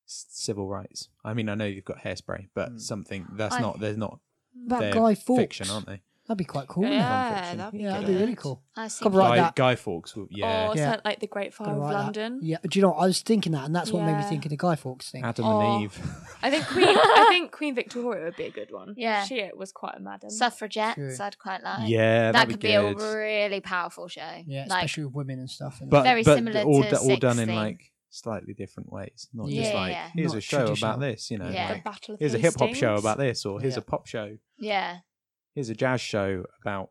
Speaker 4: s- civil rights. I mean, I know you've got hairspray, but
Speaker 1: Mm.
Speaker 4: something that's
Speaker 2: I-
Speaker 4: not. They're not.
Speaker 2: Hmm.
Speaker 1: About
Speaker 4: they're
Speaker 1: Guy Fawkes.
Speaker 4: fiction, aren't they?
Speaker 1: That'd be quite cool. wouldn't it?
Speaker 3: Yeah,
Speaker 4: nonfiction.
Speaker 3: that'd be
Speaker 1: yeah, that'd
Speaker 3: good.
Speaker 1: be really cool.
Speaker 2: I
Speaker 1: Gotta
Speaker 2: was thinking-
Speaker 1: write
Speaker 4: Guy,
Speaker 1: that.
Speaker 4: Guy Fawkes. w- Yeah.
Speaker 3: Or
Speaker 1: Yeah.
Speaker 3: something like the Great Fire
Speaker 1: Gotta
Speaker 3: of
Speaker 1: write that.
Speaker 3: London.
Speaker 1: Yeah, do you know? What? I was thinking that, and that's what made me
Speaker 3: Yeah.
Speaker 1: think of the Guy Fawkes thing.
Speaker 4: Adam
Speaker 3: Or-
Speaker 4: and Eve.
Speaker 3: I
Speaker 4: <laughs>
Speaker 3: think Queen.
Speaker 2: <laughs>
Speaker 3: I think Queen Victoria would be a good one.
Speaker 2: Yeah.
Speaker 3: she was quite a madam.
Speaker 2: Suffragettes,
Speaker 1: True.
Speaker 2: I'd quite like.
Speaker 4: yeah,
Speaker 2: that
Speaker 4: that'd
Speaker 2: could
Speaker 4: be
Speaker 2: be a
Speaker 4: good.
Speaker 2: really powerful show.
Speaker 1: Yeah,
Speaker 2: like,
Speaker 1: especially with women and stuff. And
Speaker 4: but
Speaker 2: very
Speaker 4: but
Speaker 2: similar
Speaker 4: all,
Speaker 2: to
Speaker 4: d- all
Speaker 2: Six
Speaker 4: done in
Speaker 2: thing.
Speaker 4: like slightly different ways. Not
Speaker 1: Yeah,
Speaker 4: just
Speaker 2: yeah,
Speaker 4: like
Speaker 2: yeah.
Speaker 4: here's
Speaker 1: Not
Speaker 4: a show
Speaker 1: traditional.
Speaker 4: about this. You know,
Speaker 2: Yeah.
Speaker 4: like,
Speaker 3: the Battle of
Speaker 4: here's a hip hop show
Speaker 3: Hastings.
Speaker 4: about this, or here's
Speaker 1: Yeah.
Speaker 4: a pop show.
Speaker 2: yeah,
Speaker 4: Here's a jazz show about.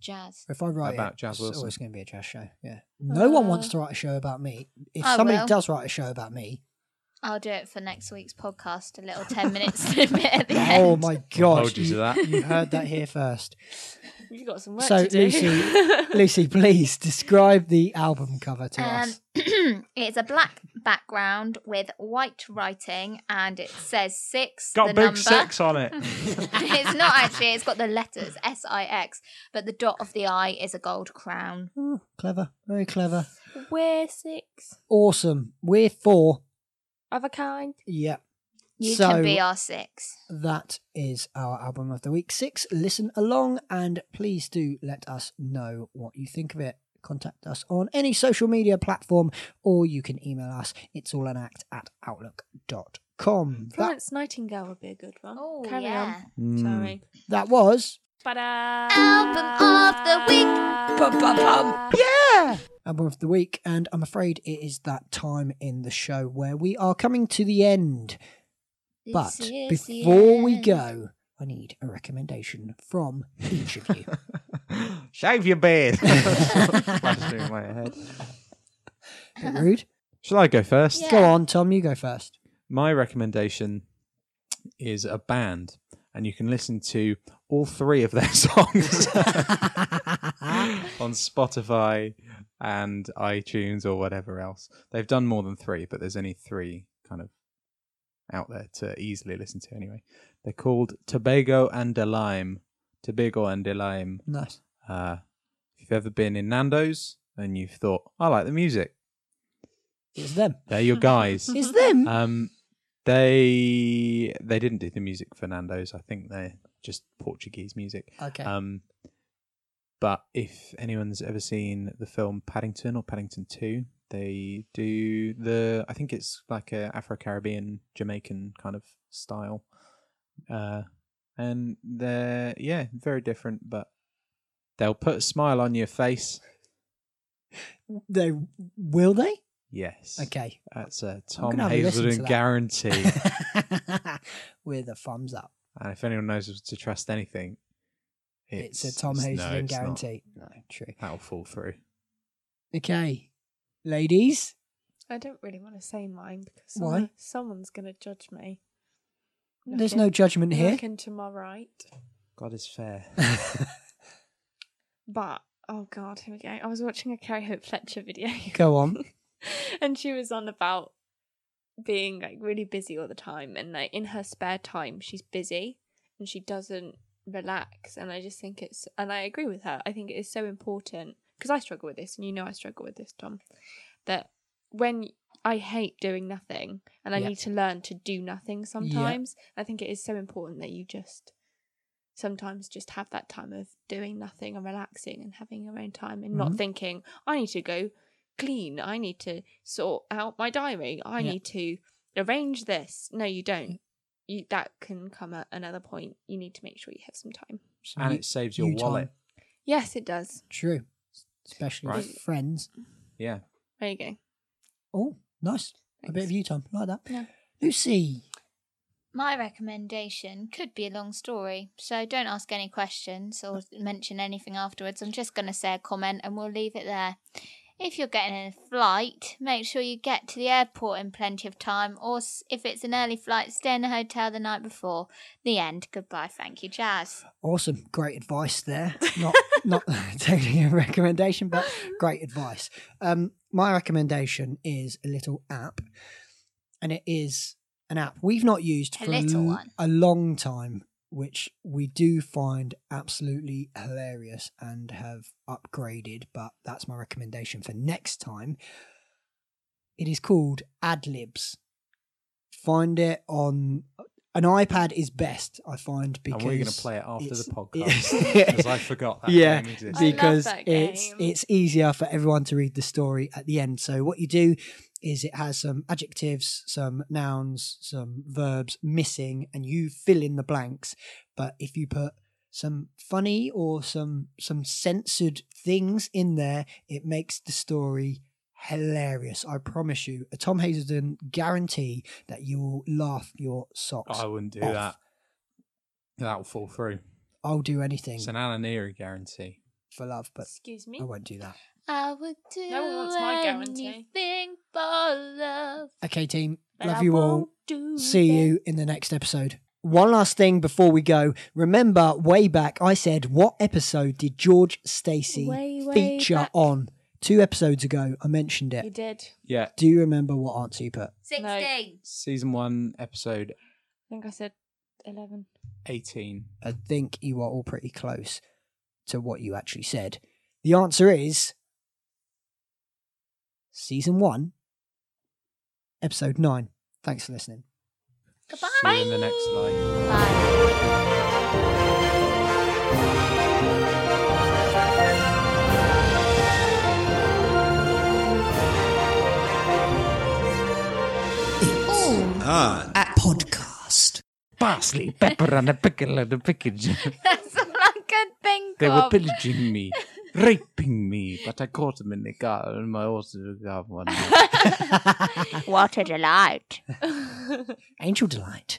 Speaker 2: jazz.
Speaker 1: if I write
Speaker 4: About
Speaker 1: it,
Speaker 4: Jazz
Speaker 1: it's
Speaker 4: Wilson.
Speaker 1: always going to be a jazz show. Yeah, no one wants
Speaker 3: Uh,
Speaker 1: to write a show about me. If
Speaker 2: Ah. I
Speaker 1: somebody
Speaker 2: will.
Speaker 1: does write a show about me,
Speaker 2: I'll do it for next week's podcast. A little ten minute <laughs> snippet at the
Speaker 1: oh
Speaker 2: end.
Speaker 1: my
Speaker 4: I'll
Speaker 1: god,
Speaker 4: hold you to that.
Speaker 1: <laughs> you heard that here first.
Speaker 3: You got some work
Speaker 1: So,
Speaker 3: to do.
Speaker 1: Lucy- Lucy, please describe the album cover to
Speaker 2: Um, <clears throat>
Speaker 1: us.
Speaker 2: it's a black background with white writing, and it says six. the number.
Speaker 4: on it.
Speaker 2: <laughs>
Speaker 4: <laughs>
Speaker 2: it's not actually. It's got the letters S I X, but the dot of the I is a gold crown.
Speaker 1: Ooh, Oh, clever, very clever,
Speaker 3: <laughs> We're six
Speaker 1: awesome. We're four.
Speaker 3: of a kind.
Speaker 1: Yeah,
Speaker 2: You
Speaker 1: So-
Speaker 2: can be our six.
Speaker 1: that is our album of the week six. Listen along and please do let us know what you think of it. Contact us on any social media platform or you can email us. It's all an act at outlook.com. That, Hmm.
Speaker 3: Florence Nightingale would be a good one.
Speaker 2: Oh
Speaker 3: Carry
Speaker 2: yeah.
Speaker 3: on.
Speaker 4: Mm.
Speaker 3: Sorry.
Speaker 1: that was.
Speaker 3: Ta-da!
Speaker 2: Album of the week. Ba-ba-bum.
Speaker 1: Yeah! Album of the week. And I'm afraid it is that time in the show where we are coming to the end. But
Speaker 2: This is the
Speaker 1: before we
Speaker 2: end.
Speaker 1: go, I need a recommendation from each of you.
Speaker 4: Shave your beard. Flash through my head.
Speaker 1: Bit rude.
Speaker 4: Shall I go first?
Speaker 1: Go on, Tom, you go first.
Speaker 4: My recommendation is a band, and you can listen to all three of their <laughs>
Speaker 1: <laughs>
Speaker 4: songs on Spotify and iTunes or whatever else. They've done more than three, but there's only three kind of out there to easily listen to anyway. They're called Tobago and De Lime. Tobago and De Lime.
Speaker 1: <laughs> Nice.
Speaker 4: Uh, if you've ever been in Nando's and you've thought, I like the music,
Speaker 1: It's them. Uh,
Speaker 4: they're
Speaker 1: <laughs>
Speaker 4: your guys.
Speaker 1: It's them.
Speaker 4: um, they they didn't do the music for Nando's. I think they're just Portuguese music.
Speaker 1: Okay.
Speaker 4: Um, but if anyone's ever seen the film Paddington or Paddington Two, they do the I think it's like a Afro Caribbean Jamaican kind of style, uh, and they're yeah very different, but they'll put a smile on your face.
Speaker 1: they will they?
Speaker 4: Yes,
Speaker 1: Okay.
Speaker 4: that's a
Speaker 1: gonna
Speaker 4: Tom
Speaker 1: have a listen to
Speaker 4: Hazelden
Speaker 1: that. <laughs>
Speaker 4: guarantee.
Speaker 1: With a thumbs up.
Speaker 4: And if anyone knows to trust anything,
Speaker 1: It's, a Tom
Speaker 4: it's- no,
Speaker 1: Hazelden
Speaker 4: it's not.
Speaker 1: guarantee. No, true.
Speaker 4: That'll fall through.
Speaker 1: Okay, ladies.
Speaker 3: I don't really want to say mine because
Speaker 1: Why?
Speaker 3: someone, someone's going to judge me.
Speaker 1: There's
Speaker 3: Looking-
Speaker 1: no judgment here.
Speaker 3: Looking to my right.
Speaker 4: God is <laughs> fair.
Speaker 3: But, oh God, here we go. I was watching a Carrie Hope Fletcher video.
Speaker 1: <laughs>
Speaker 3: <laughs>
Speaker 1: Go on.
Speaker 3: and she was on about being like really busy all the time and like in her spare time she's busy and she doesn't relax and i just think it's and i agree with her i think it is so important because i struggle with this and you know i struggle with this tom that when i hate doing nothing and i
Speaker 1: Yeah.
Speaker 3: need to learn to do nothing sometimes i think it is so important that you just sometimes just have that time of doing nothing and relaxing and having your own time and
Speaker 1: Mhm.
Speaker 3: not thinking i need to go clean i need to sort out my diary i
Speaker 1: Yeah. Mm.
Speaker 3: need to arrange this no you don't you that can come at another point you need to make sure you have some time
Speaker 1: So
Speaker 4: and
Speaker 1: you-
Speaker 4: it saves your
Speaker 1: you time.
Speaker 4: wallet.
Speaker 3: yes it does
Speaker 1: True. Especially
Speaker 4: Right.
Speaker 1: with friends.
Speaker 4: Yeah.
Speaker 3: there you go
Speaker 1: Oh, nice. A bit of
Speaker 3: Thanks.
Speaker 1: you time. Like that.
Speaker 3: Yeah.
Speaker 1: Lucy.
Speaker 2: My recommendation could be a long story, so don't ask any questions
Speaker 3: <laughs>
Speaker 2: or mention anything afterwards. I'm just going to say a comment and we'll leave it there. If you're getting in a flight, make sure you get to the airport in plenty of time, or s- if it's an early flight, stay in the hotel the night before. The end. Goodbye. Thank you, Jazz.
Speaker 1: Awesome. Great advice there. Not <laughs> not taking a recommendation, but great advice. Um, my recommendation is a little app, and it is an app we've not used
Speaker 2: A
Speaker 1: for
Speaker 2: little
Speaker 1: l-
Speaker 2: one.
Speaker 1: a long time, which we do find absolutely hilarious and have upgraded. But that's my recommendation for next time. It is called Adlibs. Find it on an iPad is best, I find, because
Speaker 4: and we're going to play it after the
Speaker 1: it's-
Speaker 4: podcast <laughs>
Speaker 1: it's-
Speaker 4: because I forgot that
Speaker 1: Yeah.
Speaker 4: game existed.
Speaker 3: I love
Speaker 1: because
Speaker 3: that
Speaker 1: it's
Speaker 3: game.
Speaker 1: it's easier for everyone to read the story at the end. So what you do is it has some adjectives, some nouns, some verbs missing, and you fill in the blanks. But if you put some funny or some some censored things in there, it makes the story hilarious. I promise you, a Tom Hazelden guarantee that you will laugh your socks.
Speaker 4: I wouldn't do
Speaker 1: Off.
Speaker 4: that. That will fall through.
Speaker 1: I'll do anything
Speaker 4: It's an Alan Erie guarantee.
Speaker 1: for love, but
Speaker 3: excuse me
Speaker 1: I won't do that.
Speaker 2: I would do
Speaker 3: No one wants my guarantee.
Speaker 2: anything for love.
Speaker 1: Okay, team.
Speaker 3: but
Speaker 1: love
Speaker 3: I
Speaker 1: you all.
Speaker 3: won't do
Speaker 1: See
Speaker 3: that.
Speaker 1: you in the next episode. One last thing before we go. Remember, way back, I said, what episode did George Stacy
Speaker 3: Way, way
Speaker 1: feature
Speaker 3: back.
Speaker 1: on? Two episodes ago, I mentioned
Speaker 3: you
Speaker 1: it.
Speaker 3: did
Speaker 4: Yeah.
Speaker 1: Do you remember what answer you put?
Speaker 2: 16.
Speaker 4: Season one, episode
Speaker 3: i think i said <laughs> 11
Speaker 4: 18.
Speaker 1: I think you are all pretty close to what you actually said. The answer is season one, episode nine. Thanks for listening.
Speaker 2: Goodbye.
Speaker 4: See you in the next life.
Speaker 2: Bye.
Speaker 1: At podcast.
Speaker 4: Parsley, pepper, and a pickle and a package.
Speaker 2: <laughs>
Speaker 4: <laughs>
Speaker 2: That's all I could think
Speaker 4: They were
Speaker 2: of.
Speaker 4: pillaging me, raping me, but I caught them in the car in my horse car one day.
Speaker 2: what a delight.
Speaker 1: Angel Delight.